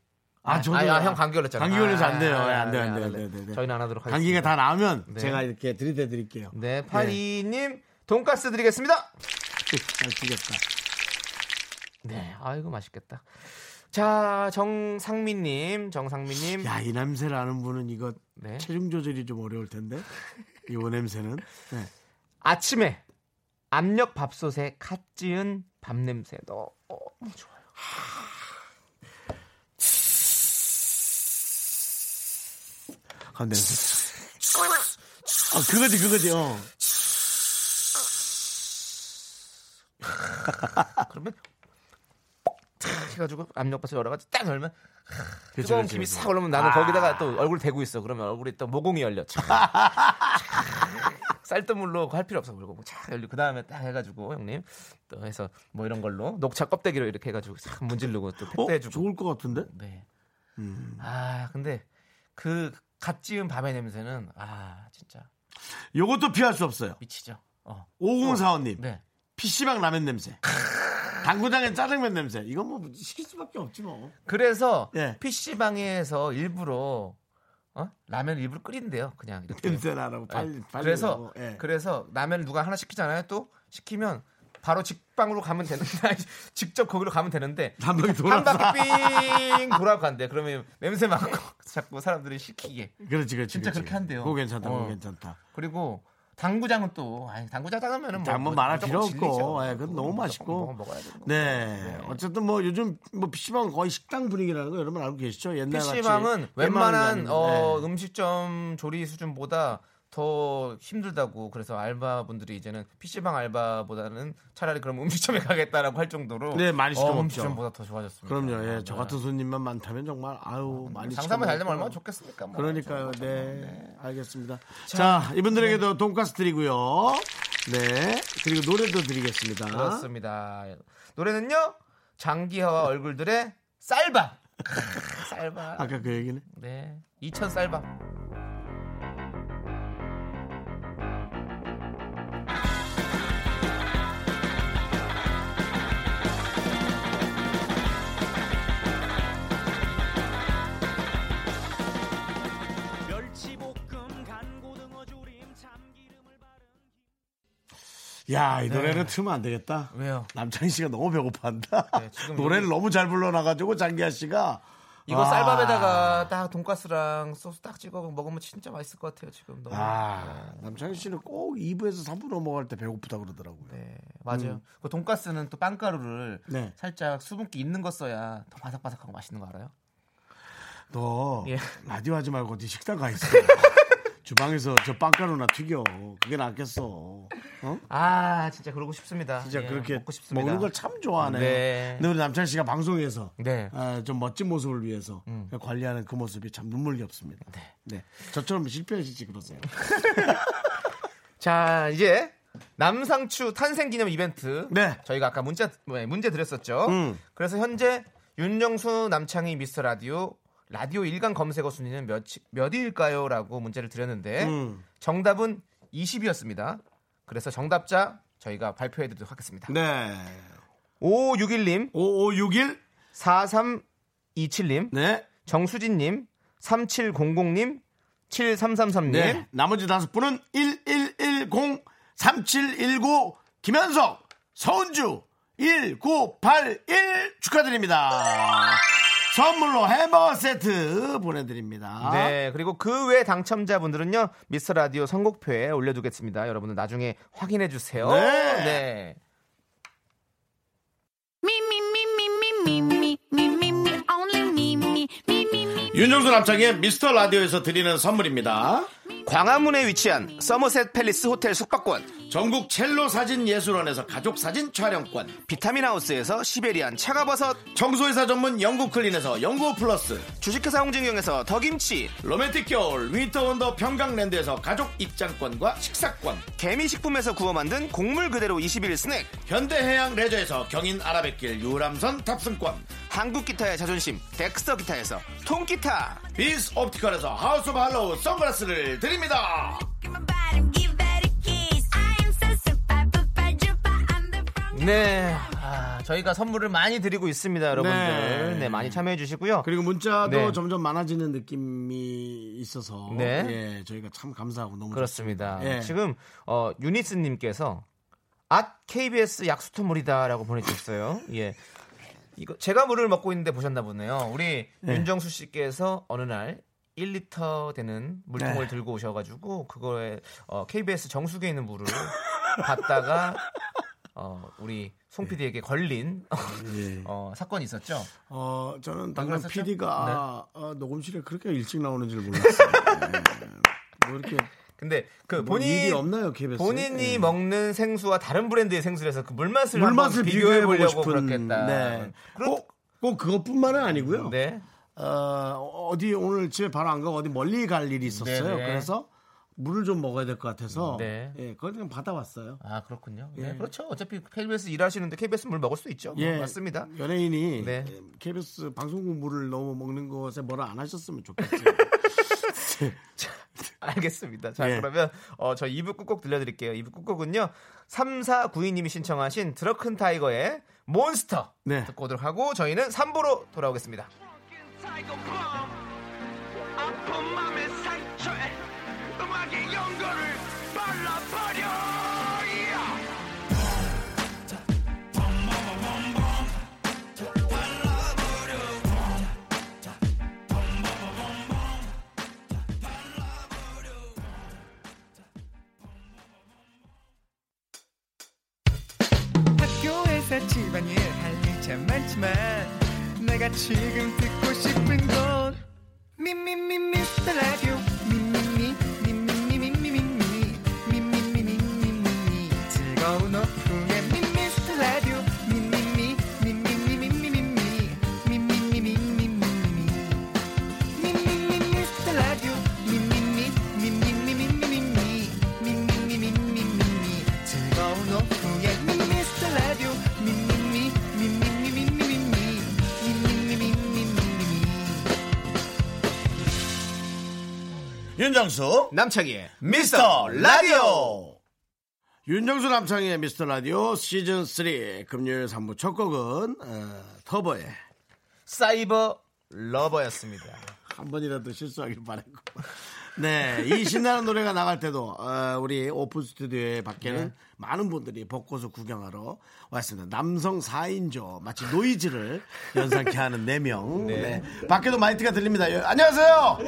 A: 아, 저도.
B: 어, 아, 형 감기 걸렸잖아요.
A: 감기 걸려서 안 돼요.
B: 아,
A: 예, 안 돼요, 안
B: 아,
A: 돼요.
B: 아,
A: 안 돼요, 안 돼요, 안 돼요.
B: 저희는 안 하도록 하겠습니다.
A: 감기가 다 나면
B: 네.
A: 제가 이렇게 들이대 드릴게요.
B: 네, 파리님 돈가스 드리겠습니다.
A: 아, 죽였다.
B: 네, 아이고 맛있겠다. 자, 정상민님, 정상민님.
A: 야, 이 냄새를 아는 분은 이거
B: 네.
A: 체중 조절이 좀 어려울 텐데. 요 냄새는. 네.
B: 아침에 압력 밥솥에 갓 지은 밥 어, 냄새 너무 좋아요.
A: 아, 냄새. 아, 그거지, 그거지, 어.
B: 그러면 탁 해가지고 압력 밥솥 여러 가지 딱 열면
A: 그치,
B: 뜨거운
A: 그치,
B: 김이
A: 그치.
B: 싹 올라오면
A: 아.
B: 나는 거기다가 또 얼굴 대고 있어. 그러면 얼굴이 또 모공이
A: [LAUGHS]
B: 열려. 촥. 촥. 쌀뜨물로 할 필요 없어. 그리고 착 열리고 그 다음에 딱 해가지고 형님 또 해서 뭐 이런 걸로 녹차 껍데기로 이렇게 해가지고 착 문지르고 또
A: 어?
B: 팩도 해주고.
A: 좋을 것 같은데?
B: 네.
A: 음.
B: 아 근데 그 갓 지은 밥의 냄새는 아 진짜
A: 요것도 피할 수 없어요.
B: 미치죠. 어.
A: 5045님.
B: 네.
A: PC방 라면 냄새. 당구장엔 짜장면 냄새. 이건 뭐 시킬 수밖에 없지 뭐.
B: 그래서
A: 예.
B: PC방에서 일부러 어? 라면 일부러 끓인대요. 그냥 이렇게.
A: 냄새 나라고 빨리
B: 예.
A: 빨리.
B: 그래서
A: 예.
B: 그래서 라면 누가 하나 시키잖아요. 또 시키면 바로 직방으로 가면 되는데 [LAUGHS] 아니, 직접 거기로 가면 되는데
A: 한 바퀴
B: 한
A: 돌아서.
B: 바퀴 삥 돌아간대. 그러면 냄새 맡고 [LAUGHS] 자꾸 사람들이 시키게.
A: [LAUGHS] 그렇지, 그렇지.
B: 진짜
A: 그렇지.
B: 그렇게 한대요.
A: 그거 괜찮다, 그거
B: 어.
A: 괜찮다.
B: 그리고 당구장은 또 아니, 당구장 가면은 뭐,
A: 자, 뭐 말할
B: 무조건
A: 필요 없고,
B: 진리죠.
A: 예, 그건 너무
B: 무조건
A: 맛있고.
B: 먹어- 먹어야 되는 거.
A: 네. 어쨌든 뭐 요즘 뭐 PC방 거의 식당 분위기라는 거 여러분 알고 계시죠? 옛날 같이.
B: PC방은 웬만한
A: 게임하는 네.
B: 어,
A: 데는,
B: 음식점 조리 수준보다 더 힘들다고 그래서 알바분들이 이제는 PC방 알바보다는 차라리 그럼 음식점에 [LAUGHS] 가겠다라고 할 정도로
A: 네, 많이 시켜
B: 어,
A: 먹죠.
B: 음식점보다 더 좋아졌습니다.
A: 그럼요. 예. 저
B: 네.
A: 같은 손님만 많다면 정말 아유, 많이
B: 장사만 잘
A: 시켜먹을
B: 되면 얼마나
A: 거예요.
B: 좋겠습니까? 뭐.
A: 그러니까요.
B: 정말.
A: 네. 알겠습니다. 자, 이분들에게도
B: 네.
A: 돈가스 드리고요. 네. 그리고 노래도 드리겠습니다.
B: 그렇습니다. 노래는요 장기하와 얼굴들의 쌀밥. 쌀밥.
A: 아까 그 얘기는
B: 네. 2000 쌀밥.
C: 멸치볶음 간고등어 조림 참기름을 바른
A: 야,
B: 네.
A: 이 노래는 틀면 안 되겠다.
B: 왜요?
A: 남창희 씨가 너무 배고파한다.
B: 네, 지금
A: [LAUGHS] 노래를
B: 여기-
A: 너무 잘 불러놔가지고 장기하 씨가
B: 이거
A: 아.
B: 쌀밥에다가 딱 돈가스랑 소스 딱 찍어 먹으면 진짜 맛있을 것 같아요 지금 너무.
A: 아 남창희 씨는 꼭 2부에서 3부 넘어갈 때 배고프다 그러더라고요.
B: 네 맞아요. 그 돈가스는 또 빵가루를
A: 네.
B: 살짝 수분기 있는 거 써야 더 바삭바삭하고 맛있는 거 알아요?
A: 너
B: 예.
A: 라디오 하지 말고 어디 식당 가
B: [LAUGHS]
A: 있어. 주방에서 저 빵가루나 튀겨. 그게 낫겠어. 어?
B: 아 진짜 그러고 싶습니다.
A: 진짜
B: 예,
A: 그렇게
B: 먹고 싶습니다.
A: 먹는 걸 참 좋아하네.
B: 네.
A: 근데 우리 남창희 씨가 방송에서
B: 네. 음.
A: 아, 좀 멋진 모습을 위해서 관리하는 그 모습이 참 눈물겹습니다. 네. 저처럼 실패하실지 그러세요.
B: 자 이제 남상추 탄생 기념 이벤트.
A: 네.
B: 저희가 아까 문자 네, 문제 드렸었죠.
A: 음.
B: 그래서 현재 윤정수 남창희 미스터 라디오 라디오 일간 검색어 순위는 몇 몇일까요라고 문제를 드렸는데
A: 음.
B: 정답은 20이었습니다. 그래서 정답자 저희가 발표해 드리도록 하겠습니다.
A: 네.
B: 5561님,
A: 5561.
B: 4327님,
A: 네.
B: 정수진님, 3700님, 7333님.
A: 네. 나머지 다섯 분은 1110-3719 김현석, 서운주, 1981 축하드립니다. 선물로 햄버거 세트 보내드립니다.
B: 네, 그리고 그 외 당첨자분들은요, 미스터 라디오 선곡표에 올려두겠습니다. 여러분들 나중에 확인해 주세요.
A: 네.
B: 네.
A: 윤정수 남창의 미스터 라디오에서 드리는 선물입니다.
B: 광화문에 위치한 서머셋 팰리스 호텔 숙박권,
A: 전국 첼로 사진 예술원에서 가족 사진 촬영권,
B: 비타민 하우스에서 시베리안 차가버섯,
A: 청소회사 전문 영국 클린에서 영국 플러스,
B: 주식회사 홍진경에서 더김치,
A: 로맨틱 겨울 위터 원더 평강랜드에서 가족 입장권과 식사권,
B: 개미식품에서 구워 만든 곡물 그대로 21 스낵,
A: 현대해양 레저에서 경인 아라뱃길 유람선 탑승권,
B: 한국 기타의 자존심, 덱스터 기타에서 통기타,
A: 비스 옵티컬에서 하우스 오브 할로우 선글라스를 드립니다.
B: 네. 아, 저희가 선물을 많이 드리고 있습니다, 여러분들.
A: 네.
B: 네, 많이 참여해 주시고요.
A: 그리고 문자도
B: 네.
A: 점점 많아지는 느낌이 있어서
B: 네.
A: 예, 저희가 참 감사하고 너무
B: 그렇습니다.
A: 예.
B: 지금 어, 유니스님께서 앗 KBS 약수터물이다라고 보내주셨어요. 예. 이거 제가 물을 먹고 있는데 보셨나 보네요. 우리 윤정수 씨께서 어느 날 1리터 되는 물통을
A: 네.
B: 들고 오셔가지고 그거에 어, KBS 정수기에 있는 물을 [LAUGHS] 받다가 어, 우리 송 PD에게 걸린
A: 예.
B: [LAUGHS] 어, 사건이 있었죠.
A: 어, 저는 당장
B: 그랬었죠?
A: PD가 아, 녹음실에 그렇게 일찍 나오는 줄 몰랐어요. 예. 뭐 이렇게
B: 근데 그
A: 뭐
B: 본인
A: 일이 없나요, KBS?
B: 본인이
A: 예.
B: 먹는 생수와 다른 브랜드의 생수를 해서 그 물맛을
A: 물맛을
B: 한번 비교해
A: 비교해보고
B: 보려고
A: 싶은.
B: 그렇겠다.
A: 네.
B: 그렇-
A: 꼭, 꼭 그것뿐만은 아니고요.
B: 네.
A: 어, 어디 오늘 집에 바로 안 가고 어디 멀리 갈 일이 있었어요.
B: 네네.
A: 그래서 물을 좀 먹어야 될 것 같아서
B: 네.
A: 예, 그걸 그냥 받아왔어요.
B: 아 그렇군요. 네, 그렇죠. 어차피 KBS 일하시는데 KBS 물 먹을 수 있죠.
A: 예,
B: 뭐 맞습니다.
A: [LAUGHS] 연예인이
B: 네.
A: KBS 방송국 물을 너무 먹는 것에 뭐라 안 하셨으면
B: [LAUGHS]
A: 좋겠어요.
B: 알겠습니다. 자
A: 예.
B: 그러면 어, 저 2부 끝곡 들려드릴게요. 2부 끝곡은요. 3492님이 신청하신 드러큰 타이거의 몬스터
A: 네.
B: 듣고 오도록 하고 저희는 3부로 돌아오겠습니다.
C: 아픈 맘의 상처에 음악의 연고를 발라버려 야!
G: 학교에서 집안일 할 일 참 많지만 내가 지금 듣고 싶은 건 미미미 미스터 라디오 미미미 미미미 미미미 미미미 미미미 미미미 즐거운 오후에 미스터 라디오 미미미 미미미 미미미 미미미 미미미 미미미
A: 윤정수
B: 남창희의
A: 미스터 라디오 윤정수 남창희의 미스터 라디오 시즌 3 금요일 3부 첫 곡은 어, 터보의
B: 사이버 러버였습니다.
A: 한 번이라도 실수하길 바랬고 [LAUGHS] 네, 이 신나는 노래가 나갈 때도 어, 우리 오픈 스튜디오에 밖에는 많은 분들이 벚꽃을 구경하러 왔습니다. 남성 4인조 마치 노이즈를 연상케 하는 4명 [LAUGHS] 네. 밖에도 마이트가 들립니다. 여- 안녕하세요.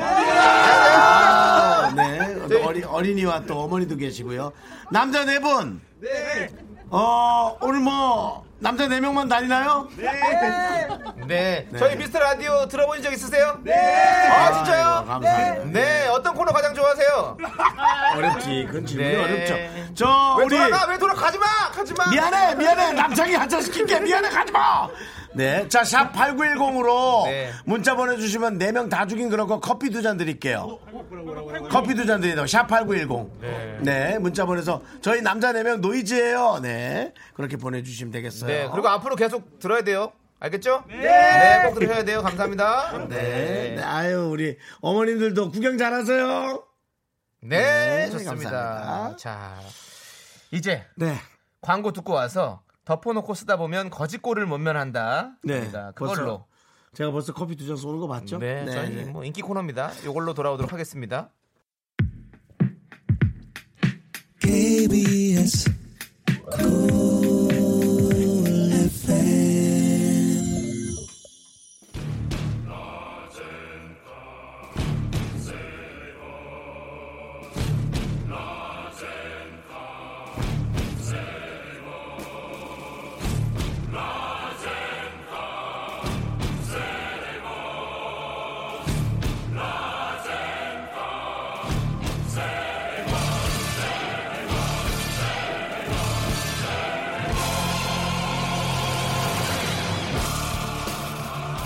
A: 아, 네. 어리, 어린이와 또 어머니도 계시고요. 남자 네 분. 네. 어, 오늘 뭐 남자 네 명만 다니나요?
B: 네.
A: 네.
B: 저희 미스터 라디오 들어보신 적 있으세요? 네. 아,
A: 아이고,
B: 진짜요?
A: 감사합니다.
B: 네. 어떤 코너 가장 좋아하세요?
A: 어렵지. 그건 질문이
B: 네.
A: 어렵죠. 저
B: 왜
A: 우리
B: 돌아가? 왜 돌아가? 가지 마! 가지 마!
A: 미안해 미안해 남창이 한잔 시킬게 미안해 가지마 네자 샵 8910으로
B: 네.
A: 문자 보내주시면 4명 다 죽인 그런 거 커피 두 잔 드릴게요 커피 두 잔 드린다고 샵8910 네. 문자 보내서 저희 남자 4명 노이즈예요 네 그렇게 보내주시면 되겠어요
B: 네. 그리고 앞으로 계속 들어야 돼요. 알겠죠? 네. 네. 꼭 들으셔야 돼요. 감사합니다.
A: 네. 네, 아유 우리 어머님들도 구경 잘하세요
B: 네.
A: 네,
B: 좋습니다.
A: 감사합니다.
B: 자. 이제
A: 네
B: 광고 듣고 와서 덮어놓고 쓰다 보면 거짓골을 못 면한다.
A: 네, 그렇죠.
B: 입니다.
A: 벌써.
B: 그걸로.
A: 제가 벌써 커피 두 잔 쏘는 거 봤죠
B: 네, 저희 뭐 인기 코너입니다. 이걸로 돌아오도록 하겠습니다.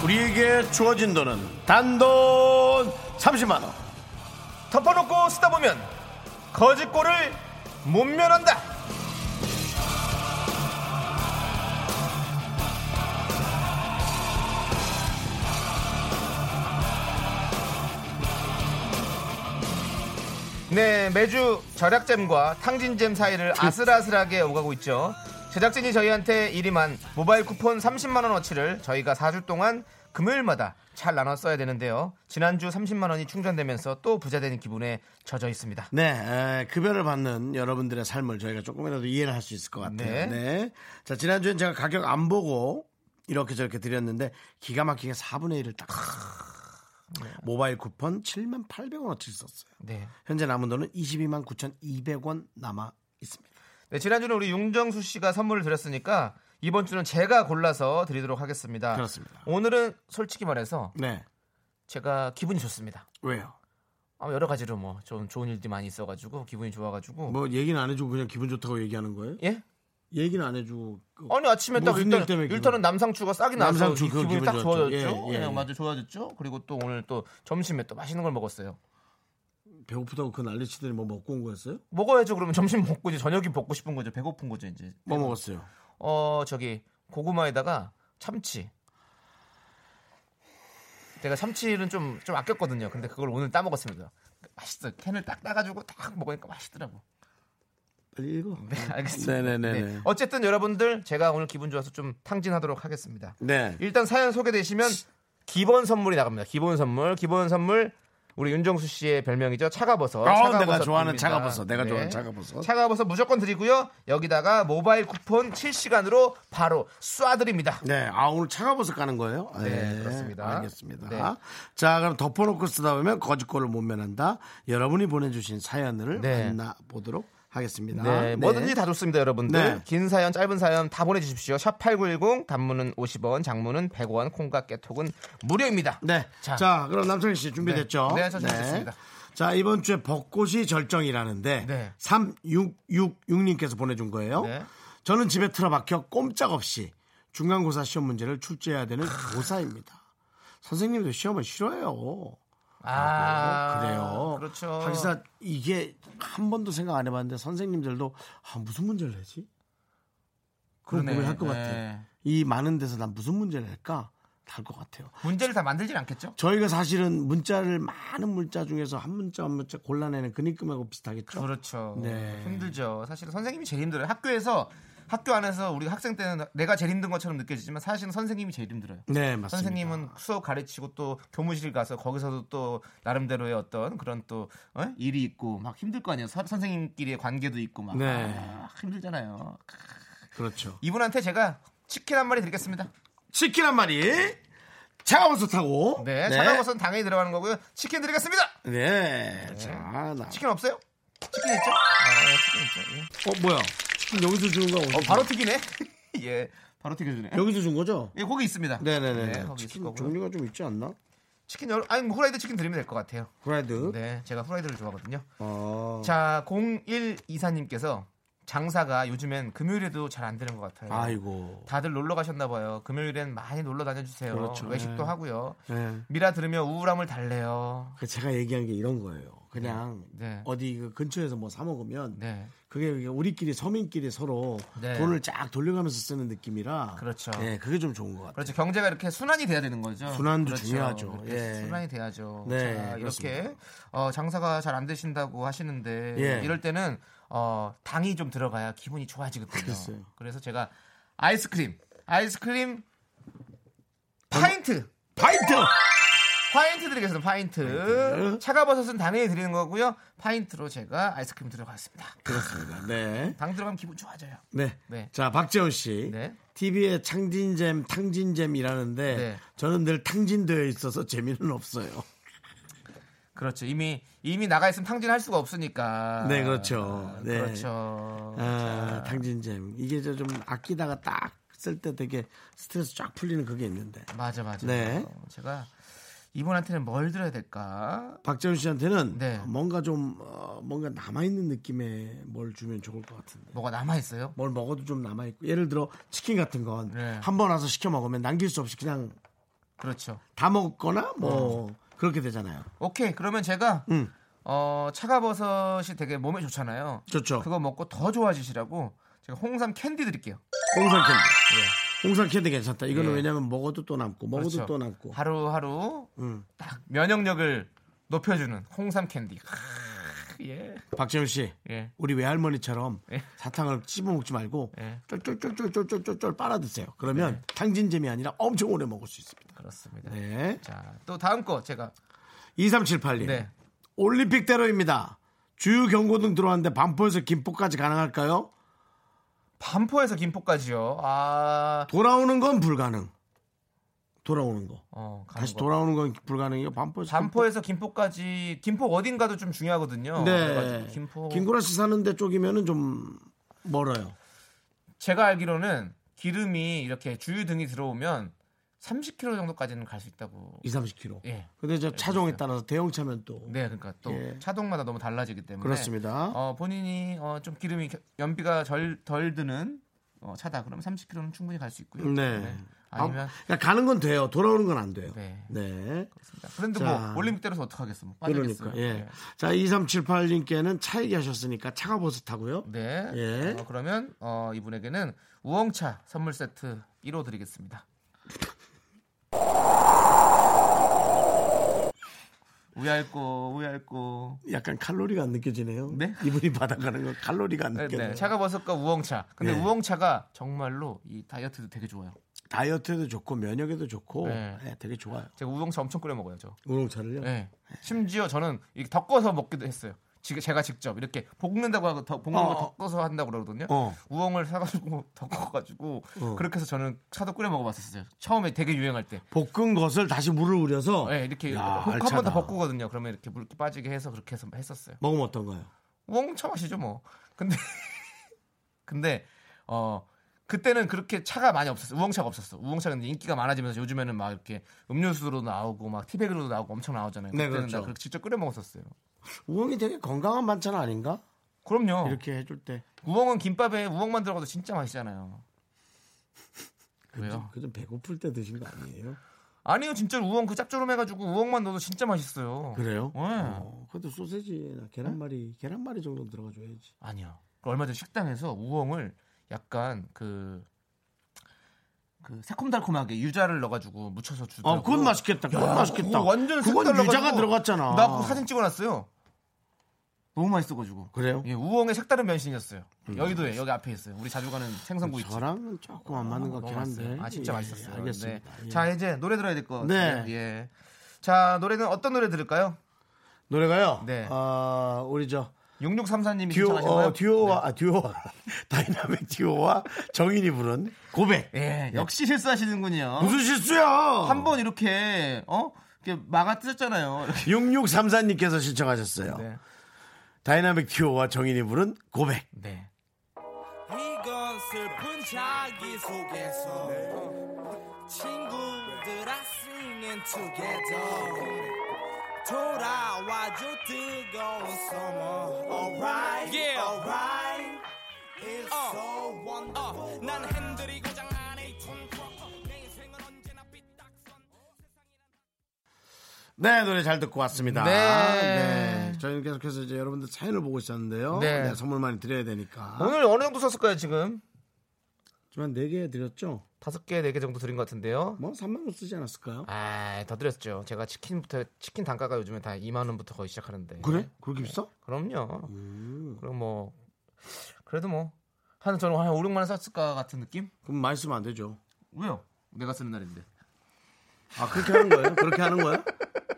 A: 우리에게 주어진 돈은 단돈 30만원.
B: 덮어놓고 쓰다 보면 거짓골을 못 면한다. 네, 매주 절약잼과 탕진잼 사이를 아슬아슬하게 오가고 있죠. 제작진이 저희한테 이름한 모바일 쿠폰 30만 원어치를 저희가 4주 동안 금요일마다 잘 나눠 써야 되는데요. 지난주 30만 원이 충전되면서 또 부자 되는 기분에 젖어 있습니다.
A: 네, 에, 급여를 받는 여러분들의 삶을 저희가 조금이라도 이해를 할 수 있을 것 같아요. 네.
B: 네.
A: 자, 지난주엔 제가 가격 안 보고 이렇게 저렇게 드렸는데 기가 막히게 4분의 1을 딱. 모바일 쿠폰 7만 800원어치 썼어요.
B: 네.
A: 현재 남은 돈은 22만 9,200원 남아 있습니다.
B: 네, 지난주는 우리 윤정수 씨가 선물을 드렸으니까 이번 주는 제가 골라서 드리도록 하겠습니다.
A: 그렇습니다.
B: 오늘은 솔직히 말해서
A: 네.
B: 제가 기분이 좋습니다.
A: 왜요?
B: 아마 여러 가지로 뭐 좀 좋은 일들이 많이 있어가지고 기분이 좋아가지고
A: 뭐 얘기는 안 해주고 그냥 기분 좋다고 얘기하는 거예요?
B: 예?
A: 얘기는 안 해주고 그
B: 아니 아침에 딱
A: 무슨 일
B: 일단
A: 때문에 기분-
B: 일단은 남상추가 싹이 나서
A: 남상추
B: 이
A: 그거
B: 기분이
A: 기분
B: 딱
A: 좋았죠.
B: 좋아졌죠.
A: 예, 예,
B: 예,
A: 예.
B: 맞아 좋아졌죠. 그리고 또 오늘 또 점심에 또 맛있는 걸 먹었어요.
A: 배고프다고 그 난리치더니 뭐 먹고 온 거였어요?
B: 먹어야죠. 그러면 점심 먹고 이제 저녁이 먹고 싶은 거죠. 배고픈 거죠 이제.
A: 뭐 먹었어요?
B: 어 저기 고구마에다가 참치. 제가 참치는 좀 좀 아꼈거든요. 근데 그걸 오늘 따 먹었습니다. 맛있어요. 캔을 딱 따가지고 딱 먹으니까 맛있더라고.
A: 빨리 읽어.
B: 네, 알겠습니다.
A: 네네네네.
B: 네. 어쨌든 여러분들 제가 오늘 기분 좋아서 좀 탕진하도록 하겠습니다.
A: 네.
B: 일단 사연 소개되시면 기본 선물이 나갑니다. 기본 선물, 기본 선물. 우리 윤정수 씨의 별명이죠. 차가버섯.
A: 어, 내가 좋아하는
B: 드립니다. 네.
A: 차가버섯. 내가 좋아하는 차가버섯.
B: 차가버섯 무조건 드리고요. 여기다가 모바일 쿠폰 7시간으로 바로 쏴드립니다.
A: 네, 아 오늘 차가버섯 가는 거예요?
B: 네, 그렇습니다.
A: 알겠습니다.
B: 네.
A: 자, 그럼 덮어놓고 쓰다 보면 거짓골을 못 면한다. 여러분이 보내주신 사연을
B: 네.
A: 만나보도록 하겠습니다.
B: 네, 뭐든지 다 좋습니다, 여러분들.
A: 네.
B: 긴 사연, 짧은 사연 다 보내주십시오. 샵 8910, 단문은 50원, 장문은 100원, 콩과 깨톡은 무료입니다.
A: 네. 자,
B: 자.
A: 그럼 남성희 씨 준비됐죠?
B: 네, 네, 저 준비됐습니다.
A: 자, 이번 주에 벚꽃이 절정이라는데
B: 네.
A: 3666님께서 보내준 거예요.
B: 네.
A: 저는 집에 틀어박혀 꼼짝없이 중간고사 시험 문제를 출제해야 되는 고사입니다. 선생님도 시험을 싫어해요.
B: 아,
A: 그래요.
B: 그렇죠.
A: 하기사 이게 한 번도 생각 안 해봤는데 선생님들도 아, 무슨 문제를 내지? 그런
B: 그러네.
A: 고민할 것
B: 네.
A: 같아. 이 많은 데서 난 무슨 문제를 낼까? 달 것 같아요.
B: 문제를 다 만들진 않겠죠?
A: 저희가 사실은 문자를 많은 문자 중에서 한 문자 한 문자 골라내는 근익금하고 비슷하겠죠.
B: 그렇죠.
A: 네.
B: 힘들죠. 사실 선생님이 제일 힘들어요. 학교에서 학교 안에서 우리 학생 때는 내가 제일 힘든 것처럼 느껴지지만 사실은 선생님이 제일 힘들어요.
A: 네, 맞습니다.
B: 선생님은 수업 가르치고 또 교무실 가서 거기서도 또 나름대로의 어떤 그런 또 어? 일이 있고 막 힘들 거 아니에요. 서- 선생님끼리의 관계도 있고 막
A: 네.
B: 아, 힘들잖아요.
A: 그렇죠.
B: 이분한테 제가 치킨 한 마리 드리겠습니다.
A: 치킨 한 마리 차가워서 타고
B: 네, 차가버섯 당연히 들어가는 거고요. 치킨 드리겠습니다.
A: 네. 자, 나.
B: 치킨 없어요? 치킨 있죠? 아, 예, 치킨 있죠. 예.
A: 어 뭐야? 치킨 여기서 주는 거
B: 어, 바로 튀기네. [LAUGHS] 예, 바로 튀겨주네.
A: 여기서 준 거죠?
B: 예, 거기 있습니다.
A: 네네네.
B: 네, 거기 있을
A: 치킨
B: 거고요.
A: 종류가 좀 있지 않나?
B: 치킨 여러, 아니 뭐 후라이드 치킨 드리면 될 것 같아요.
A: 프라이드.
B: 네, 제가 후라이드를 좋아하거든요.
A: 어.
B: 자, 01 이사님께서 장사가 요즘엔 금요일에도 잘 안 되는 것 같아요.
A: 아이고. 예.
B: 다들 놀러 가셨나 봐요. 금요일엔 많이 놀러 다녀주세요.
A: 그렇죠.
B: 외식도
A: 네.
B: 하고요.
A: 네.
B: 미라 들으며 우울함을 달래요.
A: 그 제가 얘기한 게 이런 거예요. 그냥
B: 네.
A: 어디 그 근처에서 뭐 사 먹으면
B: 네,
A: 그게 그냥 우리끼리 서민끼리 서로
B: 네.
A: 돈을 쫙 돌려가면서 쓰는 느낌이라
B: 그렇죠.
A: 예, 그게 좀 좋은 것 같아요.
B: 그렇죠. 경제가 이렇게 순환이 돼야 되는 거죠.
A: 순환도 중요하죠.
B: 그렇게
A: 예.
B: 순환이 돼야죠.
A: 네,
B: 자, 이렇게
A: 그렇습니다.
B: 어, 장사가 잘 안 되신다고 하시는데
A: 예.
B: 이럴 때는 어, 당이 좀 들어가야 기분이 좋아지거든요.
A: 글쎄요.
B: 그래서 제가 아이스크림, 아이스크림 파인트,
A: 파이트!
B: 파인트 드리겠습니다. 파인트. 차가버섯은 당연히 드리는 거고요. 파인트로 제가 아이스크림 들어가겠습니다.
A: 그렇습니다. 네.
B: 당 들어가면 기분 좋아져요.
A: 네.
B: 네.
A: 자, 박재훈 씨.
B: 네.
A: TV에 창진잼, 탕진잼이라는데
B: 네.
A: 저는 늘 탕진되어 있어서 재미는 없어요.
B: 그렇죠. 이미 이미 나가 있으면 탕진할 수가 없으니까. 아,
A: 네, 그렇죠. 네.
B: 그렇죠.
A: 아, 탕진잼. 이게 저 좀 아끼다가 딱 쓸 때 되게 스트레스 쫙 풀리는 그게 있는데.
B: 맞아 맞아.
A: 네.
B: 제가 이분한테는 뭘 들어야 될까?
A: 박재훈 씨한테는
B: 네.
A: 뭔가 좀 어, 뭔가 남아있는 느낌의 뭘 주면 좋을 것 같은데.
B: 뭐가 남아 있어요?
A: 뭘 먹어도 좀 남아있고 예를 들어 치킨 같은 건
B: 네.
A: 한 번 와서 시켜 먹으면 남길 수 없이 그냥
B: 그렇죠.
A: 다 먹거나 뭐
B: 어.
A: 그렇게 되잖아요.
B: 오케이. 그러면 제가
A: 음.
B: 어, 차가버섯이 되게 몸에 좋잖아요.
A: 좋죠.
B: 그거 먹고 더 좋아지시라고 제가 홍삼 캔디 드릴게요.
A: 홍삼 캔디.
B: 예.
A: 홍삼 캔디 괜찮다. 이거는
B: 예.
A: 왜냐면 먹어도 또 남고 먹어도
B: 그렇죠.
A: 또 남고.
B: 하루하루
A: 음.
B: 딱 면역력을 높여주는 홍삼 캔디. 크으, 예.
A: 박재훈 씨.
B: 예.
A: 우리 외할머니처럼
B: 예.
A: 사탕을 씹어 먹지 말고
B: 예. 네.
A: 쫄쫄쫄쫄쫄쫄쫄 빨아 드세요. 그러면 탕진잼이 아니라 엄청 오래 먹을 수 있습니다.
B: 그렇습니다.
A: 네.
B: 자, 또 다음 거 제가
A: 2378님.
B: 네.
A: 올림픽대로입니다. 주유 경고등 들어왔는데 반포에서 김포까지 가능할까요?
B: 반포에서 김포까지요. 아,
A: 돌아오는 건 불가능. 돌아오는 거.
B: 어, 가는
A: 다시
B: 거.
A: 돌아오는 건 불가능이요. 반포에서
B: 반포에서 김포까지 김포 어딘가도 좀 중요하거든요.
A: 김포. 네.
B: 그래가지고 김포
A: 김구라 씨 사는데 쪽이면은 좀 멀어요.
B: 제가 알기로는 기름이 이렇게 주유등이 들어오면 30km 정도까지는 갈 수 있다고.
A: 2, 30km.
B: 예.
A: 근데 저 차종에 따라서 대형 차면 또
B: 네, 그러니까 또
A: 예.
B: 차동마다 너무 달라지기 때문에
A: 그렇습니다.
B: 어, 본인이 어, 좀 기름이 겨- 연비가 덜, 덜 드는 어, 차다. 그럼 30km는 충분히 갈 수 있고요.
A: 네.
B: 아니면
A: 그러니까 가는 건 돼요. 돌아오는 건 안 돼요.
B: 네.
A: 네.
B: 그렇습니다. 그런데
A: 자.
B: 뭐 올림픽 때로서 어떻게 하겠어? 뭐 빠지겠어요.
A: 그러니까 예. 자, 2378님께는 차 얘기하셨으니까 차가버섯 하고요.
B: 네.
A: 예.
B: 어, 그러면 어, 이분에게는 우엉차 선물 세트 1호 드리겠습니다. 우얄꼬 우얄꼬.
A: 약간 칼로리가 안 느껴지네요.
B: 네?
A: [LAUGHS] 이분이 받아가는 건 칼로리가 안
B: 네,
A: 느껴져요.
B: 네. 차가버섯과 우엉차. 근데
A: 네.
B: 우엉차가 정말로 이 다이어트도 되게 좋아요.
A: 다이어트에도 좋고 면역에도 좋고
B: 네.
A: 예, 되게 좋아요.
B: 제가 우엉차 엄청 끓여 먹어요, 저.
A: 우롱차를요?
B: 네. 심지어 저는 이렇게 덮어서 먹기도 했어요. 지- 제가 직접 이렇게 볶는다고 하고 더- 볶는 거
A: 어, 어.
B: 덮어서 한다고 그러거든요.
A: 어.
B: 우엉을 사가지고 [LAUGHS] 덮어가지고
A: 어.
B: 그렇게 해서 저는 차도 끓여 먹어봤었어요. 처음에 되게 유행할 때.
A: 볶은 것을 다시 물을 우려서
B: 네, 이렇게
A: 어. 야,
B: 한번
A: 알차다.
B: 더 볶거든요. 그러면 이렇게 물 빠지게 해서 그렇게 해서 했었어요.
A: 먹으면 어떤가요?
B: 웅 처마시죠 뭐. 근데 [LAUGHS] 근데 어 그때는 그렇게 차가 많이 없었어. 우엉차가 없었어. 우엉차가 이제 인기가 많아지면서 요즘에는 막 이렇게 음료수로 나오고 막 티백으로도 나오고 엄청 나오잖아요.
A: 네,
B: 그때는
A: 그렇죠.
B: 나 그렇게 직접 끓여 먹었었어요.
A: 우엉이 되게 건강한 반찬 아닌가?
B: 그럼요.
A: 이렇게 해줄 때
B: 우엉은 김밥에 우엉만 들어가도 진짜 맛있잖아요. 왜요?
A: 그좀 배고플 때 드신 거 아니에요?
B: 아니요, 진짜 우엉 그 짭조름해가지고 우엉만 넣어도 진짜 맛있어요.
A: 그래요? 네?
B: 네.
A: 어, 그래도 소세지나 계란말이 계란말이 정도 들어가줘야지.
B: 아니요. 그 얼마 전에 식당에서 우엉을 약간 그, 그 새콤달콤하게 유자를 넣어가지고 무쳐서 주더라고.
A: 어, 그건 맛있겠다. 그건 맛있겠다.
B: 그거 완전
A: 그건
B: 색달라가지고
A: 유자가 들어갔잖아.
B: 나 그거 사진 찍어놨어요. 너무 맛있어가지고.
A: 그래요?
B: 예, 우엉의 색다른 변신이었어요.
A: 음.
B: 여의도에 여기 앞에 있어요. 우리 자주 가는 생선구이집.
A: 저랑은 조금 안 맞는 것
B: 너무
A: 같긴 한데.
B: 맛있어요. 아 진짜
A: 예,
B: 맛있었어요.
A: 알겠습니다.
B: 네.
A: 예.
B: 자 이제 노래 들어야 될 것 같아요.
A: 네.
B: 예. 자 노래는 어떤 노래 들을까요?
A: 노래가요.
B: 네.
A: 아, 우리 저
B: 6634님이
A: 듀오
B: 신청하신 거예요?
A: 어, 듀오와 아, 듀오와 [LAUGHS] 다이나믹 듀오와 정인이 부른 고백.
B: 예, 역시 실수하시는군요.
A: 무슨 실수야?
B: 한 번 이렇게 어 이렇게 막아 뜨셨잖아요.
A: 6634님께서 신청하셨어요.
B: 네.
A: 다이나믹 듀오와 정인이 부른 고백.
B: [LAUGHS] 네.
H: 이건 슬픈 자기소개서 친구들아 sing and together 돌아와줘 뜨거운 summer alright
B: 예.
C: Yeah.
H: alright it's
C: 어.
H: so wonderful
C: 어, 난 핸들이 고장 안에 이 통과. 내 인생은 언제나 삐딱선.
A: 네, 노래 잘 듣고 왔습니다.
B: 네.
A: 저희는 계속해서 이제 여러분들 사연을 보고 있었는데요.
B: 네.
A: 네, 선물 많이 드려야 되니까.
B: 오늘 어느 정도 썼을까요 지금?
A: 지만 4개 드렸죠?
B: 다섯 개, 네 개 정도 드린 것 같은데요.
A: 뭐 3만원 쓰지 않았을까요?
B: 아, 더 드렸죠. 제가 치킨부터 치킨 단가가 요즘에 다 2만 원부터 거의 시작하는데.
A: 네. 그래? 그렇게 비싸?
B: 그럼요. 그럼 뭐 그래도 뭐 한 저는 한 5, 6만 원 썼을까 같은 느낌?
A: 그럼 많이 쓰면 안 되죠.
B: 왜요? 내가 쓰는 날인데.
A: 아, 그렇게 하는 거예요? 그렇게 하는 거예요?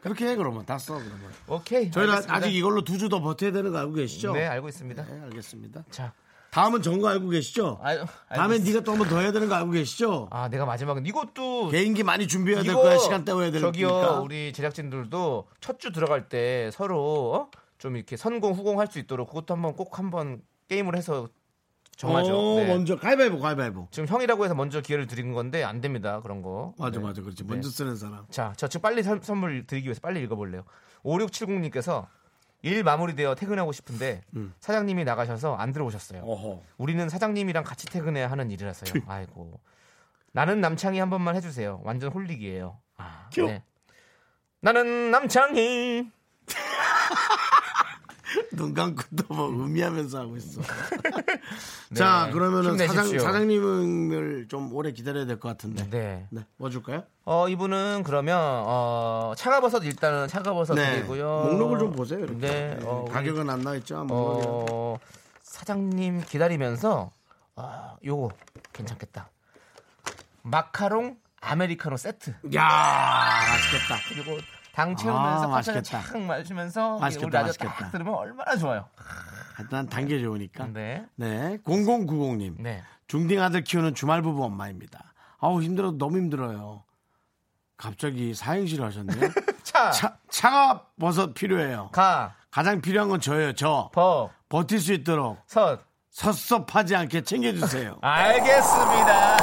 A: 그렇게 해, 그러면. 다 써, 그러면.
B: 오케이.
A: 저희는
B: 알겠습니다.
A: 아직 이걸로 두 주 더 버텨야 되는 거 알고 계시죠?
B: 네, 알고 있습니다.
A: 네, 알겠습니다.
B: 자,
A: 다음은 전거 알고 계시죠?
B: 아유,
A: 다음에
B: 알겠-
A: 네가 또 한 번 더 해야 되는 거 알고 계시죠?
B: 아, 내가 마지막은 이것도
A: 개인기 많이 준비해야 될 거야. 시간 때워야 될
B: 저기요,
A: 거니까.
B: 우리 제작진들도 첫 주 들어갈 때 서로 어? 좀 이렇게 선공 후공 할 수 있도록 그것도 한번 꼭 한번 게임을 해서 정하죠.
A: 어,
B: 네.
A: 먼저 가위바위보, 가위바위보.
B: 지금 형이라고 해서 먼저 기회를 드린 건데 안 됩니다. 그런 거.
A: 맞아,
B: 네.
A: 맞아, 그렇지. 먼저 쓰는 사람.
B: 자, 저 지금 빨리 선- 선물 드리기 위해서 빨리 읽어볼래요. 5670님께서 일 마무리되어 퇴근하고 싶은데 사장님이 나가셔서 안 들어오셨어요.
A: 음. 어허.
B: 우리는 사장님이랑 같이 퇴근해야 하는 일이라서요. 아이고. 나는 남창이 한 번만 해주세요. 완전 홀릭이에요.
A: 큐.
B: 네. 나는 남창희.
A: [LAUGHS] 눈 감고 또뭐 음미하면서 하고
B: [LAUGHS]
A: 있어. [LAUGHS] 자, 그러면은 사장,
B: 네. 힘내십시오.
A: 사장님을 좀 오래 기다려야 될 것 같은데. 네.
B: 네.
A: 뭐 줄까요?
B: 어 이분은 그러면 어 차가버섯 일단은 차가버섯 드리고요.
A: 네. 목록을 좀 보세요. 이렇게.
B: 네.
A: 네,
B: 어, 우리,
A: 가격은 안 나와 있죠. 목록에.
B: 어 사장님 기다리면서 아 요거 괜찮겠다. 마카롱 아메리카노 세트.
A: 야, 맛있겠다.
B: 그리고 당
A: 아,
B: 채우면서 커피를
A: 맛있겠다.
B: 착 마시면서
A: 맛있겠다,
B: 우리 라디오
A: 맛있겠다.
B: 딱 들으면 얼마나 좋아요.
A: 일단 단계 좋으니까. 네.
B: 네.
A: 0090님.
B: 네.
A: 중딩 아들 키우는 주말 부부 엄마입니다. 아우 힘들어도 너무 힘들어요. 갑자기 사행시를
B: [LAUGHS]
A: 하셨네요.
B: 차.
A: 차, 차가 버섯 필요해요.
B: 가.
A: 가장 필요한 건 저예요. 저
B: 버.
A: 버틸 수 있도록
B: 선.
A: 섭섭하지 않게
B: [LAUGHS]
A: 챙겨주세요.
B: 알겠습니다.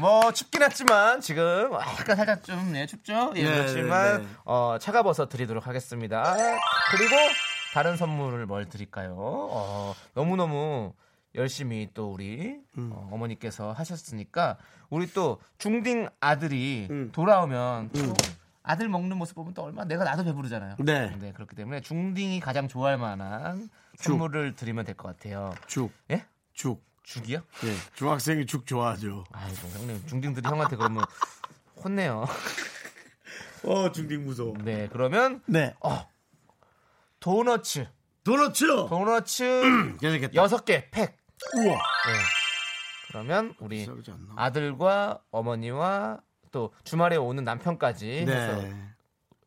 B: 뭐 춥긴 했지만 지금 아, 약간 살짝 좀 네, 춥죠? 예,
A: 네,
B: 그렇지만
A: 네, 네.
B: 어, 차가버섯 드리도록 하겠습니다. 그리고 다른 선물을 뭘 드릴까요? 어, 너무너무 열심히 또 우리
A: 음.
B: 어, 머니께서 하셨으니까 우리 또 중딩 아들이
A: 음.
B: 돌아오면 또 아들 먹는 모습 보면 또 얼마 나 내가 나도 배부르잖아요.
A: 네.
B: 그렇기 때문에 중딩이 가장 좋아할 만한 선물을 드리면 될 것 같아요.
A: 죽,
B: 예?
A: 죽.
B: 죽이요?
A: 예, 중학생이 죽 좋아하죠.
B: 아이고 형님 중딩들이 형한테 그러면 혼내요. [LAUGHS]
A: 어, 중딩 무서워.
B: 네 그러면 어,
A: 네.
B: 도너츠
A: 도넛이요.
B: 도너츠 [CLEARS THROAT]
A: 괜찮겠다.
B: 여섯 개 팩.
A: 우와.
B: 네. 그러면 우리
A: 싸우지 않나?
B: 예. 아들과 어머니와 또 주말에 오는 남편까지 해서
A: 네.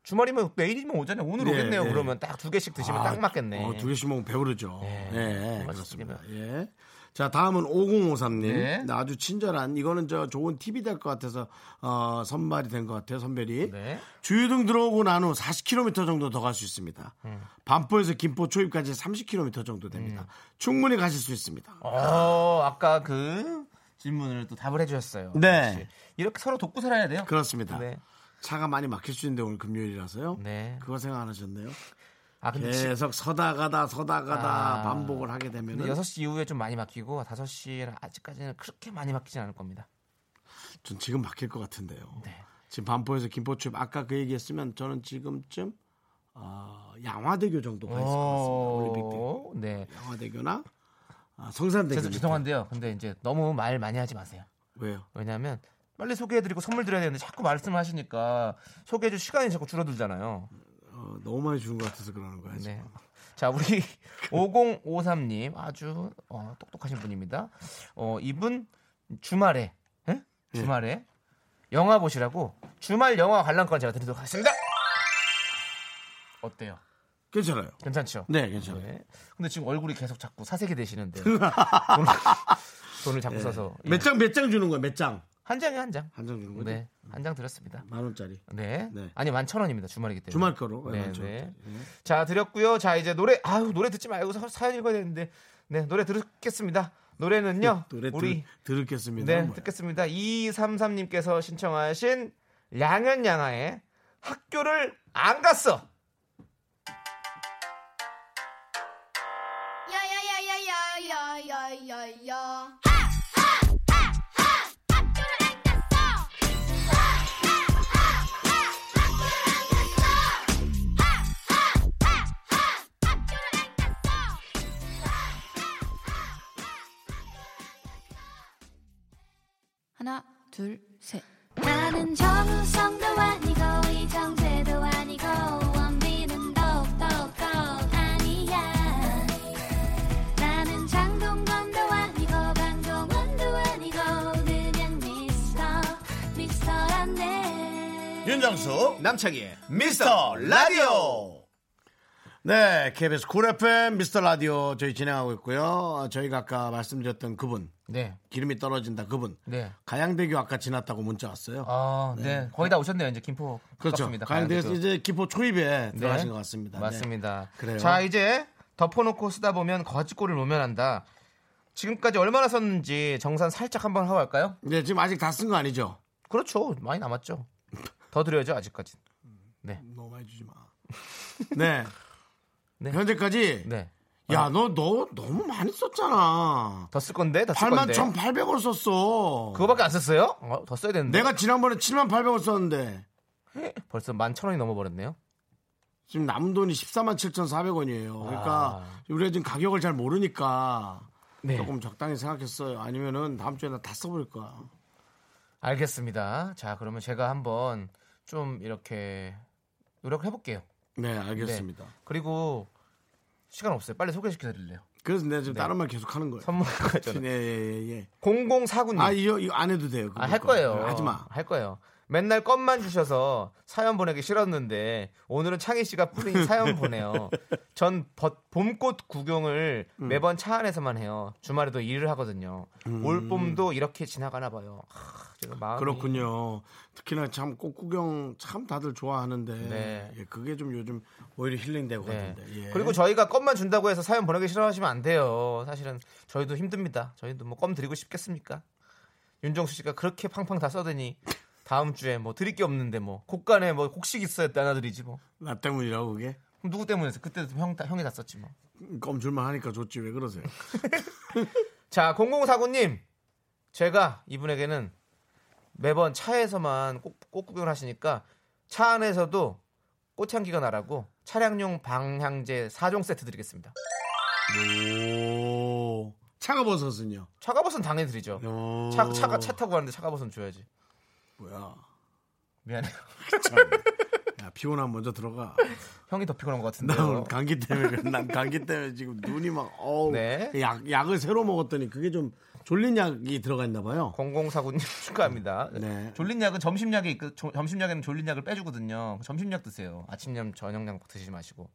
B: 주말이면 내일이면 오전에 오늘
A: 네,
B: 오겠네요.
A: 네.
B: 그러면 딱 두 개씩 드시면
A: 아,
B: 딱 맞겠네.
A: 어, 두 개씩 먹으면 배부르죠.
B: 네.
A: 예, 예,
B: 맞습니다.
A: 그렇습니다. 예. 자, 다음은 5053님.
B: 네.
A: 나 아주 친절한, 이거는 저 좋은 팁이 될 것 같아서, 어, 선발이 된 것 같아요, 선별이.
B: 네.
A: 주유등 들어오고 난 후 40km 정도 더 갈 수 있습니다.
B: 음.
A: 반포에서 김포 초입까지 30km 정도 됩니다. 충분히 가실 수 있습니다.
B: 어 아까 그 질문을 또 답을 해주셨어요.
A: 네.
B: 역시. 이렇게 서로 돕고 살아야 돼요.
A: 그렇습니다.
B: 네.
A: 차가 많이 막힐 수 있는데 오늘 금요일이라서요.
B: 네.
A: 그거 생각 안 하셨네요?
B: 아 근데 지-
A: 계속 서다 가다 서다 가다
B: 아.
A: 반복을 하게 되면
B: 근데
A: 은
B: 6시 이후에 좀 많이 막히고 5시에는 아직까지는 그렇게 많이 막히진 않을 겁니다.
A: 전 지금 막힐 것 같은데요.
B: 네.
A: 지금 반포에서 김포출 아까 그 얘기했으면 저는 지금쯤 어, 양화대교 정도가 있을 것 같습니다.
B: 어.
A: 올림픽
B: 오, 네.
A: 때 양화대교나 아, 성산대교.
B: 죄송,
A: 밑에.
B: 죄송한데요. 근데 이제 너무 말 많이 하지 마세요.
A: 왜요?
B: 왜냐하면 빨리 소개해드리고 선물 드려야 되는데 자꾸 말씀하시니까 소개해줄 시간이 자꾸 줄어들잖아요.
A: 어, 너무 많이 주는 것 같아서 그러는 거야.
B: 네.
A: 지금.
B: 자, 우리 [LAUGHS] 5053님 아주 어, 똑똑하신 분입니다. 어, 이분 주말에 예? 주말에 영화 보시라고 주말 영화 관람권 제가 드리도록 하겠습니다. 어때요?
A: 괜찮아요.
B: 괜찮죠?
A: 네, 괜찮아요.
B: 네. 근데 지금 얼굴이 계속 자꾸
A: [LAUGHS]
B: 사색이 되시는데 돈을, 돈을 자꾸 써서
A: 네.
B: 예.
A: 몇 장 몇 장 주는 거예요? 몇 장?
B: 한 장에 한 장.
A: 한 장 주는 거죠?
B: 네, 한 장 드렸습니다.
A: 만 원짜리.
B: 네.
A: 네.
B: 아니 만 천 원입니다. 주말이기 때문에.
A: 주말 거로. 네,
B: 네,
A: 네.
B: 네. 자 드렸고요. 자 이제 노래 아유 노래 듣지 말고 사- 사연 읽어야 되는데 네 노래 들겠습니다. 노래는요.
A: 네, 노래
B: 우리
A: 들, 들겠습니다.
B: 네
A: 뭐야.
B: 듣겠습니다. 2233님께서 신청하신 양현양아의 학교를 안 갔어.
D: 야야야야야야야야야 하하하하 학교를 안 갔어 하하하하 학교를 안 갔어 하하하하 학교를 안 갔어
I: 하나, 둘, 셋.
D: 나는 정우성도 아니고 이정재도 아니고 원빈은 더욱더 아니야 나는 장동건도 아니고 강동원도 아니고 그냥 미스터 미스터란데
A: 윤정수 남창희의 미스터 라디오 네 KBS 쿨 FM 미스터 라디오 저희 진행하고 있고요 저희가 아까 말씀드렸던 그분
B: 네.
A: 기름이 떨어진다 그분
B: 네.
A: 가양대교 아까 지났다고 문자 왔어요
B: 아, 네. 거의 다 오셨네요. 이제 김포
A: 그렇죠
B: 가깝습니다.
A: 가양대교
B: 가양대교.
A: 이제 기포 초입에
B: 네.
A: 들어가신 것 같습니다 네.
B: 맞습니다.
A: 그래요.
B: 자, 이제 덮어놓고 쓰다 보면 거짓골을 모면한다. 지금까지 얼마나 썼는지 정산 살짝 한번 하고 할까요?
A: 네, 지금 아직 다 쓴 거 아니죠
B: 그렇죠.
A: [LAUGHS]
B: 많이 남았죠. 더 드려야죠, 아직까지.
A: 너무 많이 주지 마네
B: [LAUGHS] 네.
A: 현재까지
B: 네.
A: 야, 너, 너 너무 많이 썼잖아.
B: 더 쓸 건데? 더 쓸 건데?
A: 81,800원 썼어.
B: 그거밖에 안 썼어요? 어, 더 써야 되는데.
A: 내가 지난번에 7만800원 썼는데
B: 벌써 11,000원이 넘어버렸네요.
A: 지금 남은 돈이 14만 7,400원이에요. 그러니까
B: 아.
A: 우리가 지금 가격을 잘 모르니까
B: 네.
A: 조금 적당히 생각했어요. 아니면은 다음 주에 나 다 써버릴 거야.
B: 알겠습니다. 자, 그러면 제가 한번 좀 이렇게 노력을 해볼게요.
A: 네, 알겠습니다.
B: 그리고 시간 없어요. 빨리 소개시켜드릴래요.
A: 그래서 내가 지금 다른 말 계속 하는 거예요. [LAUGHS]
B: 네. 선물 [LAUGHS] 거죠.
A: 네, 예, 예, 예.
B: 0049님.
A: 아, 이거, 이거 안 해도 돼요.
B: 음. 아, 할 거예요.
A: 하지 마.
B: 할 거예요. 맨날 껌만 주셔서 사연 보내기 싫었는데 오늘은 창희
A: [LAUGHS]
B: 씨가 뿌린 사연 보내요. 전 벗- 봄꽃 구경을
A: 음.
B: 매번 차 안에서만 해요. 주말에도 일을 하거든요. 올 봄도 이렇게 지나가나 봐요. 하, 제가 마음이 네.
A: 그렇군요. 특히나 참 꽃구경 참 다들 좋아하는데
B: 네.
A: 예, 그게 좀 요즘 오히려 힐링되고
B: 네.
A: 하던데. 예.
B: 그리고 저희가 껌만 준다고 해서 사연 보내기 싫어하시면 안 돼요. 사실은 저희도 힘듭니다. 저희도 뭐 껌 드리고 싶겠습니까? 윤정수 씨가 그렇게 팡팡 다 써대니 다음 주에 뭐 드릴 게 없는데 뭐 곡간에 뭐 곡식 있어야 하나 드리지 뭐.
A: 나 때문이라고 그게
B: 그럼 누구 때문에서 그때도 형, 다- 형이 다 썼지 뭐.
A: 껌 줄만 하니까 좋지 왜 그러세요?
B: 자, 0049님. 제가 이분에게는 매번 차에서만 꽃, 꽃 구경을 하시니까 차 안에서도 꽃향기가 나라고 차량용 방향제 4종 세트 드리겠습니다.
A: 오 차가버섯은요?
B: 차가버선 당연히 드리죠.
A: 오.
B: 차, 차가 차 타고 가는데 차가버선 줘야지.
A: 뭐야?
B: 미안해요.
A: 참. 야 피곤하면 먼저
B: [LAUGHS]
A: 들어가.
B: 형이 더 피곤한 것 같은데.
A: 나 오늘 감기 때문에 그래. 난 감기 때문에 지금 눈이 막 어우
B: 네.
A: 약 약을 새로 먹었더니 그게 좀 졸린 약이 들어가 있나 봐요.
B: 0049님 [LAUGHS] 축하합니다.
A: 네.
B: 졸린 약은 점심 약이 있고 조- 점심 약에는 졸린 약을 빼주거든요. 점심 약 드세요. 아침 약, 저녁 약 드시지 마시고.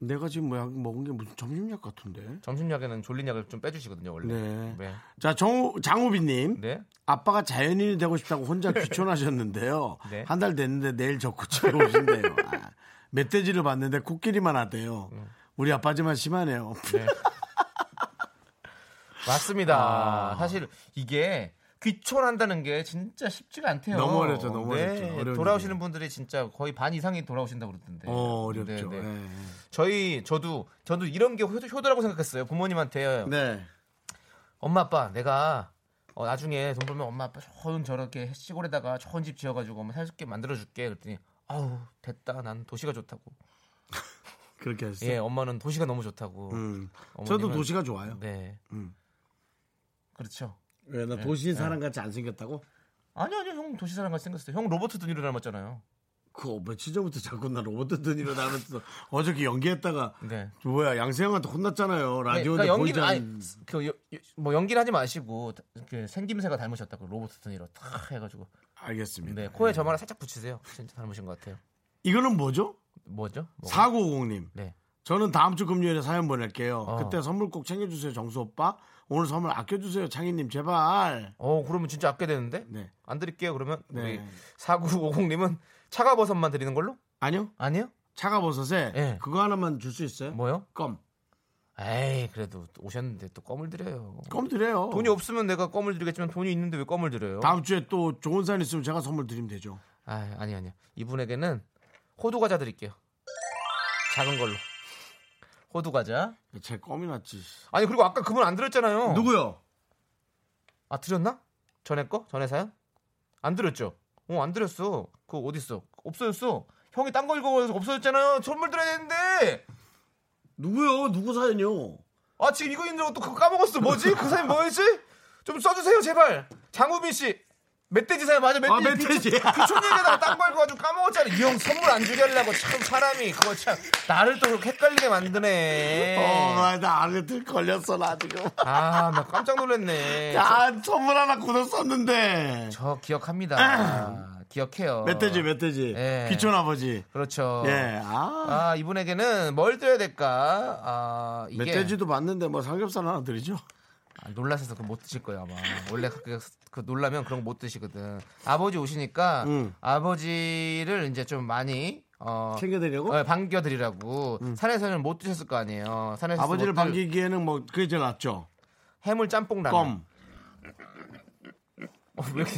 A: 내가 지금 뭐약 먹은 게 무슨 점심약 같은데.
B: 점심 약에는 졸린 약을 좀 빼주시거든요, 원래.
A: 네.
B: 네.
A: 자 정우 장우빈님.
B: 네.
A: 아빠가 자연인이 되고 싶다고 혼자 귀촌하셨는데요.
B: [LAUGHS] 네.
A: 한 달 됐는데 내일 적고 집에 오신대요.
B: [LAUGHS]
A: 아, 멧돼지를 봤는데 코끼리만 하대요.
B: 음.
A: 우리 아빠지만 심하네요. 아.
B: 맞습니다. 사실 이게 귀촌한다는 게 진짜 쉽지가 않대요.
A: 너무 어렵죠, 너무
B: 네,
A: 어렵죠. 어려운
B: 돌아오시는
A: 일이에요.
B: 분들이 진짜 거의 반 이상이 돌아오신다고 그러던데.
A: [LAUGHS] 어, 어렵죠.
B: 네,
A: 네,
B: 네.
A: 네.
B: 저희 저도 저도 이런 게 효도, 효도라고 생각했어요.
A: 네.
B: 부모님한테 엄마 아빠 내가 어, 나중에 돈 벌면 엄마 아빠 좋은 저렇게 시골에다가 좋은 집 지어가지고 엄마 살게 만들어줄게 그랬더니 아우 됐다 난 도시가 좋다고
A: 그렇게 하셨어요.
B: 예 엄마는 도시가 너무 좋다고
A: 음.
B: 어머님은-
A: 저도 도시가 좋아요.
B: 네
A: 음.
B: 그렇죠
A: 왜 나 도시
B: 네.
A: 사람 같이 안 생겼다고?
B: 아니 아니요 형 도시 사람 같이 생겼어요 형 로버트 드니로 닮았잖아요
A: 그 며칠 전부터 자꾸 나 로버트 드니로 나면서 어저께 연기했다가
B: 네
A: 뭐야 양세형한테 혼났잖아요.
B: 네,
A: 라디오도
B: 그러니까
A: 보이지
B: 연기는
A: 않.
B: 아니 그, 여- 여- 뭐 연기를 하지 마시고 그 생김새가 닮으셨다고 로버트 드니로 탁 해가지고
A: 알겠습니다.
B: 네 코에 점화를 살짝 붙이세요 진짜 닮으신 것 같아요
A: 이거는 뭐죠?
B: 뭐죠 뭐.
A: 4950님.
B: 네
A: 저는 다음 주 금요일에 사연 보낼게요.
B: 어.
A: 그때 선물 꼭 챙겨주세요, 정수 오빠. 오늘 선물 아껴주세요, 창희님 제발.
B: 어, 그러면 진짜 아껴야 되는데?
A: 네.
B: 안 드릴게요, 그러면.
A: 네.
B: 우리 4950님은 차가버섯만 드리는 걸로?
A: 아니요,
B: 아니요?
A: 차가버섯에
B: 네.
A: 그거 하나만 줄 수 있어요?
B: 뭐요?
A: 껌.
B: 에이, 그래도 또 오셨는데 또 껌을 드려요.
A: 껌 드려요.
B: 돈이 없으면 내가 껌을 드리겠지만 돈이 있는데 왜 껌을 드려요?
A: 다음 주에 또 좋은 사연 있으면 제가 선물 드리면 되죠.
B: 아, 아니, 아니요. 이분에게는 호두과자 드릴게요. 작은 걸로. 호두과자.
A: 제 껌이 났지.
B: 아니, 그리고 아까 그분 안 드렸잖아요.
A: 누구요?
B: 아, 드렸나? 전에 거? 전에 사연? 안 드렸죠? 어, 안 드렸어. 그거 어딨어? 없어졌어. 형이 딴 거 읽어서 없어졌잖아요. 선물 드려야 되는데!
A: 누구요? 누구 사연이요?
B: 아 지금 이거 있는 것도 그거 까먹었어 뭐지 그 사람이 뭐였지 좀 써주세요 제발 장우빈 씨 멧돼지 사연 맞아
A: 아,
B: 멧돼지
A: 멧돼지.
B: 그 비촌년에다가 딴거 알고 가지고 까먹었잖아 이 형 선물 안 주게 하려고 참 사람이 그거 참 나를 또 그렇게 헷갈리게 만드네
A: 어, 나 안에 들 걸렸어, 나 지금.
B: 예. 아나 깜짝 놀랐네 저,
A: 야, 선물 하나 굳었었는데.
B: 저 기억합니다
A: [CLEARS THROAT]
B: 아, 기억해요
A: 멧돼지, 멧돼지.
B: 예.
A: 귀촌 아버지.
B: 그렇죠
A: 예, 아.
B: 아 이분에게는 뭘 드려야 될까 아 이게
A: 멧돼지도 봤는데 뭐 삼겹살 하나 드리죠?
B: 아, 놀라셔서 그거 못 드실 거예요 아마 원래 그, 그 놀라면 그런 거 못 드시거든 아버지 오시니까
A: 음.
B: 아버지를 이제 좀 많이 어,
A: 챙겨드리려고? 음.
B: 어, 반겨드리라고 산에서는 못 드셨을 거 아니에요 산에서
A: 아버지를
B: 못 들-
A: 반기기에는 뭐 그게 제일 낫죠.
B: 해물 짬뽕 라면
A: 껌.
B: 어, 왜 이렇게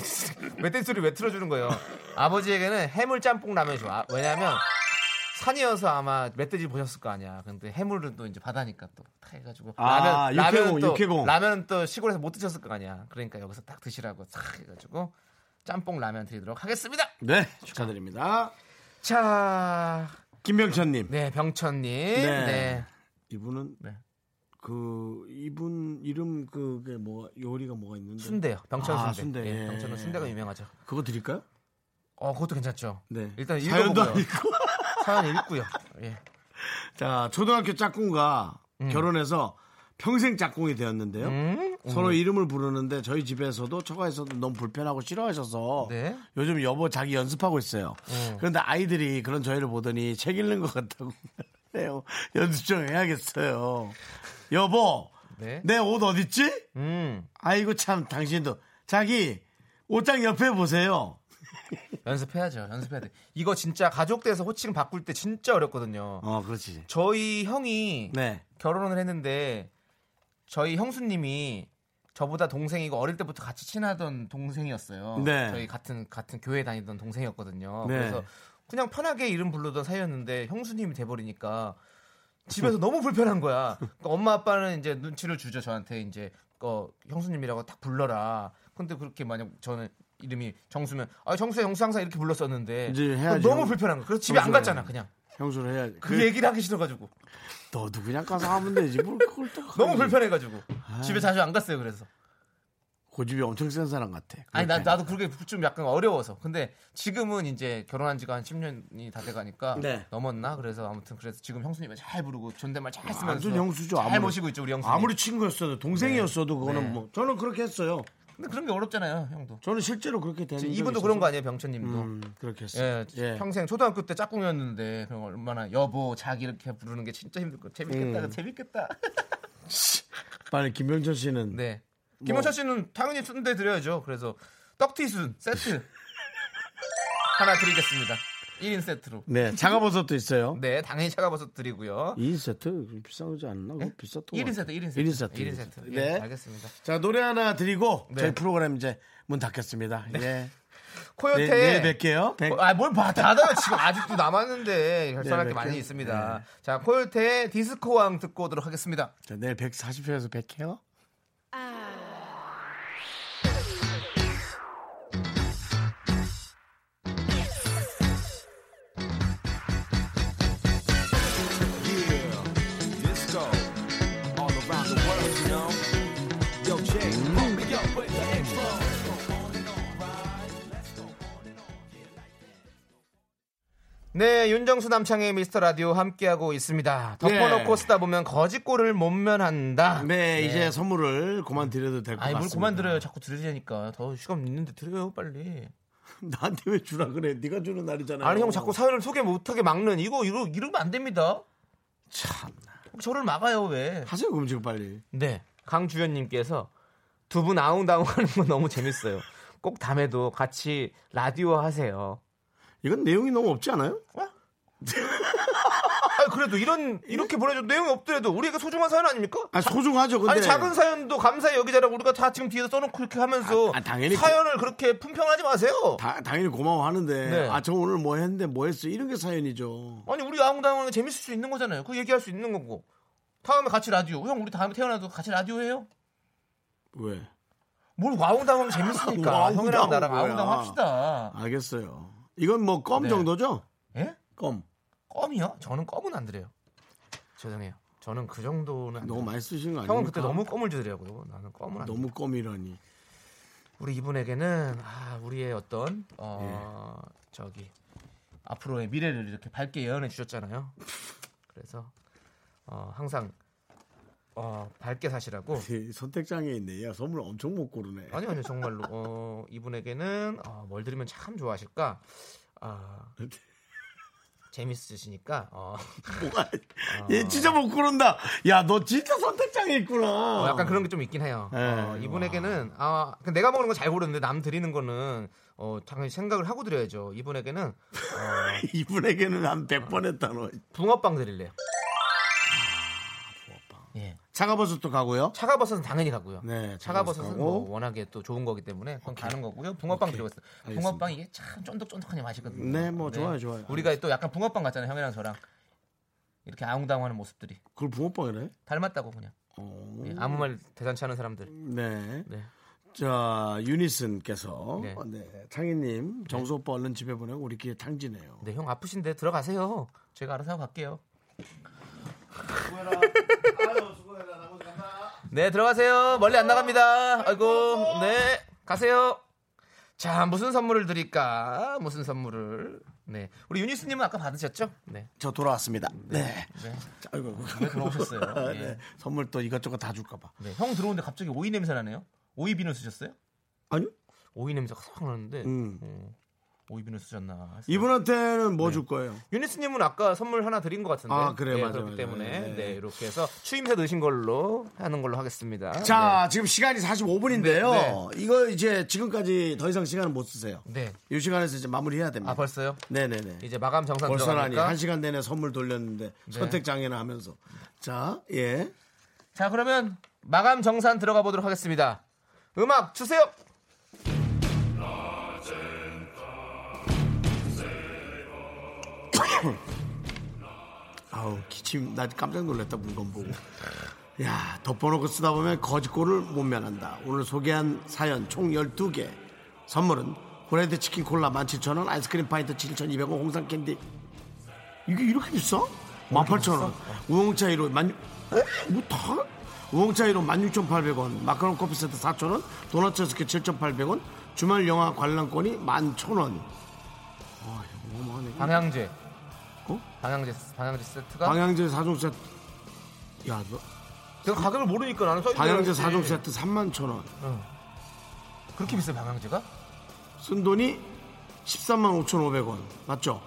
B: 멧돼지 소리 왜 틀어주는 거예요 아버지에게는 해물 짬뽕 라면 좋아 왜냐하면 산이어서 아마 멧돼지 보셨을 거 아니야. 근데 해물은 또 이제 바다니까 또 탁 해가지고
A: 아, 육해공,
B: 라면은 또
A: 육해공.
B: 라면은 또 시골에서 못 드셨을 거 아니야. 그러니까 여기서 딱 드시라고 탁 해가지고 짬뽕 라면 드리도록 하겠습니다.
A: 네, 축하드립니다.
B: 자,
A: 김병천님.
B: 네 병천님, 네,
A: 네. 이분은
B: 네.
A: 그 이분 이름 그게 뭐 요리가 뭐가 있는데
B: 순대요. 병천
A: 아,
B: 순대.
A: 순대.
B: 예, 병천은 순대가 유명하죠.
A: 그거 드릴까요?
B: 어, 그것도 괜찮죠.
A: 네.
B: 일단
A: 사연도
B: 읽어보고요.
A: 아니고.
B: 사연 읽고요. 예.
A: 자, 초등학교 짝꿍과 결혼해서 평생 짝꿍이 되었는데요.
B: 음?
A: 서로 이름을 부르는데 저희 집에서도 처가에서도 너무 불편하고 싫어하셔서
B: 네. 음.
A: 요즘 여보 자기 연습하고 있어요. 그런데 아이들이 그런 저희를 보더니 책 읽는 것 같다고 [LAUGHS] 해요. 연습 좀 해야겠어요. 여보,
B: 네.
A: 내 옷 어딨지?
B: 음.
A: 아이고 참 당신도 자기 옷장 옆에 보세요.
B: 연습해야죠. 연습해야 돼. 이거 진짜 가족 돼서 호칭 바꿀 때 진짜 어렵거든요.
A: 어, 그렇지.
B: 저희 형이
A: 네.
B: 결혼을 했는데 저희 형수님이 저보다 동생이고 어릴 때부터 같이 친하던 동생이었어요.
A: 네.
B: 저희 같은 같은 교회 다니던 동생이었거든요.
A: 네.
B: 그래서 그냥 편하게 이름 부르던 사이였는데 형수님이 돼버리니까 집에서 너무 불편한 거야. 그러니까 엄마 아빠는 이제 눈치를 주죠 저한테 이제 어, 형수님이라고 딱 불러라. 근데 그렇게 만약 저는 이름이 정수면 아 정수야 정수 항상 이렇게 불렀었는데
A: 이제 해야죠.
B: 너무 불편한 거야. 그래서 집에 안
A: 정수야.
B: 갔잖아 그냥
A: 형수를 해야
B: 그 얘기를 하기 싫어가지고
A: 너도 그냥 가서 하면 되지. 뭘 그걸 또
B: [LAUGHS] 너무
A: 하니.
B: 불편해가지고
A: 아.
B: 집에 자주 안 갔어요 그래서.
A: 그 고집이 엄청 센 사람 같아.
B: 아니 나,
A: 그렇게.
B: 나도 그렇게 좀 약간 어려워서 근데 지금은 이제 결혼한 지가 한 10년이 다 돼가니까
A: 네.
B: 넘었나 그래서 아무튼 그래서 지금 형수님을 잘 부르고 존댓말 잘 쓰면서
A: 아, 완전 형수죠.
B: 잘
A: 아무리.
B: 모시고 있죠 우리 형수님
A: 아무리 친구였어도 동생이었어도 그거는
B: 네.
A: 뭐 저는 그렇게 했어요.
B: 근데 그런 게 어렵잖아요 형도
A: 저는 실제로 그렇게 되는 적이
B: 이분도
A: 있어서.
B: 그런 거 아니에요 병천님도
A: 음, 그렇게 했어요.
B: 예, 평생 초등학교 때 짝꿍이었는데 그럼 얼마나 여보 자기 이렇게 부르는 게 진짜 힘들 거
A: 음.
B: 재밌겠다 재밌겠다
A: 만약 김병철 씨는
B: 네
A: 뭐.
B: 김원철 씨는 당연히 순대 드려야죠 그래서 떡튀순 세트 하나 드리겠습니다 1인 세트로
A: 네 차가버섯도 있어요.
B: 네, 당연히 차가버섯 드리고요.
A: 2인 세트 비싸지 않나? 그거 비쌌던 거
B: 1인
A: 같아.
B: 예? 세트, 1인 세트.
A: 1인 세트.
B: 일인 세트. 예,
A: 네.
B: 알겠습니다.
A: 자 노래 하나 드리고
B: 네.
A: 저희 프로그램 이제 문 닫겠습니다.
B: [LAUGHS]
A: 예.
B: 코요태.
A: 네, 내일 뵐게요. 백-
B: 아, 뭘 봐, 다다 지금 아직도 남았는데 결산할
A: 네,
B: 게 많이
A: 몇 개?
B: 있습니다. 자, 코요태 디스코왕 듣고 오도록 하겠습니다.
A: 자, 내일 140회에서 100회요.
H: disco all around the world, you know. Yo, Jay, pump me up with the info.
B: 네, 윤정수 남창의 미스터 라디오 함께하고 있습니다. 덮어놓고
A: 예.
B: 쓰다 보면 거짓골을 못 면한다.
A: 네, 이제 선물을 그만 드려도 될 것
B: 아니,
A: 같습니다.
B: 뭘 그만들어요. 자꾸 들으려니까. 더 시간 있는데 드려요, 빨리.
A: [LAUGHS] 나한테 왜 주라 그래? 네가 주는 날이잖아요.
B: 아니, 형 자꾸 사연을 소개 못하게 막는 이거, 이러, 이러면 안 됩니다.
A: 참
B: 저를 막아요, 왜.
A: 하세요 그럼 지금 빨리.
B: 네. 강주현님께서 두 분 아웅다웅 하는 거 너무 재밌어요. 꼭 담에도 같이 라디오 하세요.
A: 이건 내용이 너무 없지 않아요?
B: 어? 아 그래도 이런 이렇게 보내줘 내용이 없더라도 우리에게 소중한 사연 아닙니까?
A: 아 소중하죠. 근데
B: 아니 작은 사연도 감사히 여기자라고 우리가 다 지금 뒤에서 써놓고 이렇게 하면서
A: 아, 아, 당연히
B: 사연을 그렇게 품평하지 마세요.
A: 다- 당연히 고마워하는데
B: 네.
A: 아 저 오늘 뭐 했는데 뭐 했어 이런 게 사연이죠.
B: 아니 우리 아웅다웅은 재밌을 수 있는 거잖아요. 그거 얘기할 수 있는 거고 다음에 같이 라디오 형 우리 다음에 태어나도 같이 라디오 해요.
A: 왜?
B: 뭘 아웅다웅 재밌으니까
A: 와웅다웅
B: 형이랑 나랑
A: 뭐야.
B: 아웅다웅 합시다.
A: 알겠어요. 이건 뭐 껌
B: 네.
A: 정도죠?
B: 예?
A: 껌
B: 껌이요? 저는 껌은 안 드려요. 죄송해요. 저는 그 정도는 안
A: 너무
B: 드려요.
A: 많이 쓰시는 거 아니에요?
B: 형은 그때 너무 껌을 주더라고요. 나는 껌을 안
A: 너무 껌이라니.
B: 우리 이분에게는 아, 우리의 어떤 어,
A: 예.
B: 저기 앞으로의 미래를 이렇게 밝게 예언해 주셨잖아요. 그래서 어, 항상 어, 밝게 사시라고.
A: 선택장애 있네. 야 선물 엄청 못 고르네.
B: 아니요, 아니요, 정말로 어, 이분에게는 어, 뭘 드리면 참 좋아하실까. 아, 재밌으시니까 어,
A: [LAUGHS] 뭐가?
B: 아.
A: 얘 진짜 못 고른다. 야 너 진짜 선택장애 있구나.
B: 어,
A: [LAUGHS]
B: 약간 그런 게 좀 있긴 해요. 어,
A: 네.
B: 이분에게는 아, 그 내가 먹는 건 잘 고르는데 남 드리는 거는 어, 당연히 생각을 하고 드려야죠. 이분에게는 어,
A: 이분에게는 한 100번 했다 너.
B: 붕어빵 드릴래요. 예.
A: 차가버섯도 가고요.
B: 차가버섯은 당연히 가고요.
A: 네,
B: 차가버섯은
A: 가고.
B: 뭐 워낙에 또 좋은 거기 때문에 그건 가는 거고요. 붕어빵 들어갔어요.
A: 알겠습니다.
B: 붕어빵 이게 참 쫀득쫀득하니 맛있거든요.
A: 네, 뭐 좋아요, 좋아요.
B: 우리가 또 약간 붕어빵 같잖아요, 형이랑 저랑. 이렇게 아웅다웅하는 모습들이
A: 그걸 붕어빵이래?
B: 닮았다고 그냥.
A: 어.
B: 예, 아무 말 대잔치 하는 사람들.
A: 네.
B: 네.
A: 자 유니슨께서
B: 네.
A: 네. 창희님 정수 오빠 얼른 집에 보내고 우리 귀에 탕지네요.
B: 네, 형 아프신데 들어가세요. 제가 알아서 하고 갈게요. 네, 들어가세요. 멀리 안 나갑니다. 아이고, 네, 가세요. 자, 무슨 선물을 드릴까? 무슨 선물을? 네, 우리 유니스님은 아까 받으셨죠? 네,
A: 저 돌아왔습니다. 네.
B: 네,
A: 자, 아이고. [LAUGHS]
B: 왜 들어오셨어요? 예.
A: 네. 선물 또 이것저것 다 줄까봐.
B: 네, 형 들어오는데 갑자기 오이 냄새 나네요. 오이 비누 쓰셨어요?
A: 아니?
B: 오이 냄새가 싹 나는데,
A: 음.
B: 어, 오이 비누 쓰셨나? 했어요.
A: 이분한테는
B: 네.
A: 뭐 줄 거예요?
B: 유니스님은 아까 선물 하나 드린 것 같은데.
A: 아, 그래요.
B: 예,
A: 맞아요,
B: 그렇기
A: 맞아요.
B: 때문에
A: 네.
B: 네. 이렇게 해서 추임새 넣으신 걸로 하는 걸로 하겠습니다.
A: 자 지금 시간이 45분인데요.
B: 네,
A: 이거 이제 지금까지 더 이상 시간을 못 쓰세요.
B: 네. 네.
A: 이 시간에서 이제 마무리해야 됩니다.
B: 아 벌써요?
A: 네네네.
B: 이제 마감 정산
A: 벌써라니
B: 들어가니까. 네.
A: 한 시간 내내 선물 돌렸는데 선택 장애나 하면서 자 예.
B: 자 그러면 마감 정산 들어가 보도록 하겠습니다. 음악 주세요.
A: 아우 기침 나 깜짝 놀랐다 물건 보고 야 덮어놓고 쓰다 보면 거짓골을 못 면한다 오늘 소개한 사연 총 12개 선물은 후라이드 치킨 콜라 17,000원 아이스크림 파인트 7,200원 홍삼 캔디 이게 이렇게 비싸? 18,000원 우홍차 1호 만... 어? 뭐다? 우홍차 1호 16,800원 마카롱 커피 세트 4,000원 도넛 6개 7,800원 주말 영화 관람권이 11,000원 아 이거 어마어마하네
B: 방향제.
A: 어?
B: 방향제 방향제 세트가.
A: 방향제 4종 세트 야 너...
B: 내가 가격을 모르니까 나는 써. 있는
A: 방향제
B: 거지.
A: 4종 세트 3만 천 원.
B: 그렇게 비싸 방향제가?
A: 쓴 돈이 13만 5천 5백 원. 맞죠?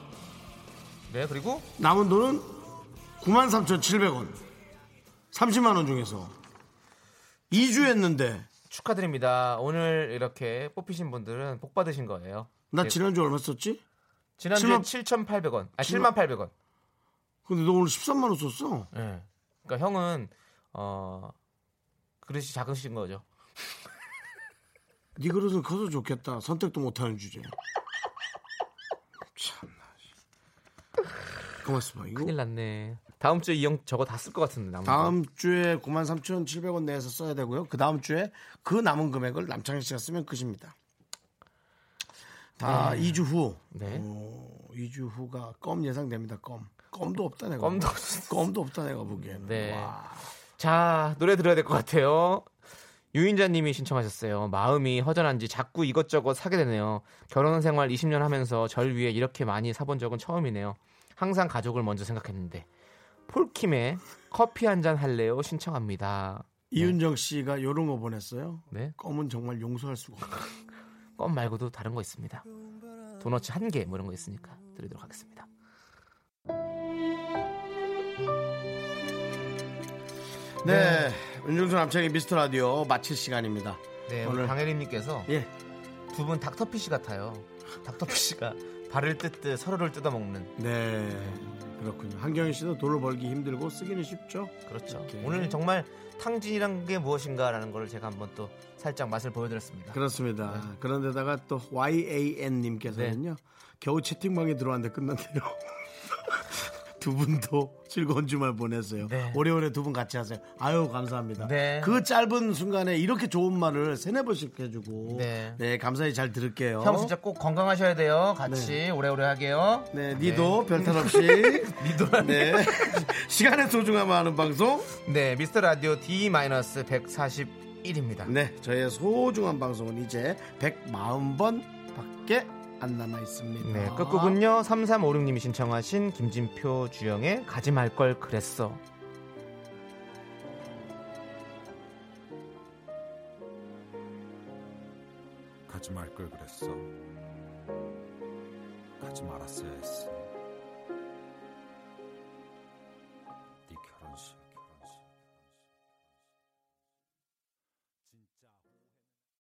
B: 네 그리고
A: 남은 돈은 9만 3천 7백 원. 30만 원 중에서 2주 했는데
B: 축하드립니다. 오늘 이렇게 뽑히신 분들은 복 받으신 거예요.
A: 나
B: 네.
A: 지난주 얼마 썼지?
B: 지난주에
A: 7만-
B: 7,800원. 아
A: 7만-
B: 7,800원.
A: 근데 너 오늘 13만 원 썼어.
B: 예. 그러니까 형은 어 그릇이 작으신 거죠.
A: 네 그릇은 커서 좋겠다. 선택도 못하는 주제. 참나. 고맙습니다. 이거
B: 큰일 났네. 다음 주에 이 형 저거 다 쓸 것 같은데 남은 거.
A: 다음 주에 9만 3천 7백 원 내에서 써야 되고요. 그 다음 주에 그 남은 금액을 남창희 씨가 쓰면 끝입니다. 다 2주 후.
B: 네.
A: 어, 2주 후가 껌 예상됩니다. 껌. 껌도 없다 내가.
B: 껌도
A: 보기엔. 껌도 없다 내가 보기에는.
B: 네.
A: 와.
B: 자 노래 들어야 될 것 같아요. 유인자님이 신청하셨어요. 마음이 허전한지 자꾸 이것저것 사게 되네요. 결혼 생활 20년 하면서 절 위해 이렇게 많이 사본 적은 처음이네요. 항상 가족을 먼저 생각했는데 폴킴의 커피 한 잔 할래요 신청합니다.
A: 이윤정 씨가 요런 거 보냈어요.
B: 네,
A: 껌은 정말 용서할 수가 없다.
B: 껌 말고도 다른 거 있습니다. 도넛 한 개 뭐 이런 거 있으니까 드리도록 하겠습니다.
A: 네. 윤정수 남창희 미스터 라디오 마칠 시간입니다.
B: 네,
A: 오늘
B: 오늘 강혜림님께서
A: 예.
B: 두 분 닥터피쉬 같아요. 닥터피쉬가 발을 뜯듯 서로를 뜯어먹는
A: 네. 그렇군요. 한경희 씨도 돈을 벌기 힘들고 쓰기는 쉽죠.
B: 그렇죠.
A: 오케이.
B: 오늘 정말 탕진이란 게 무엇인가라는 걸 제가 한번 또 살짝 맛을 보여드렸습니다.
A: 그렇습니다.
B: 네.
A: 그런데다가 또 YAN님께서는요. 겨우 채팅방에 들어왔는데 끝났네요. [LAUGHS] 두 분도 즐거운 주말 보내세요.
B: 네.
A: 오래오래 두 분 같이 하세요. 아유 감사합니다.
B: 네.
A: 그 짧은 순간에 이렇게 좋은 말을 세네 번씩 해주고 네,
B: 네.
A: 감사히 잘 들을게요.
B: 형 진짜 꼭 건강하셔야 돼요. 같이 오래오래 하게요.
A: 네, 니도 별탈
B: [LAUGHS]
A: 없이 니도 네 [LAUGHS] 시간의 소중함 아는 방송
B: 네, 미스터 라디오 D-141입니다.
A: 네, 저의 소중한 방송은 이제 140번밖에 안 남아 있습니다.
B: 네, 끝곡은요. 3356님이 신청하신 김진표 주영의 가지 말 걸 그랬어.
H: 가지 말 걸 그랬어. 가지 말았어야 했어.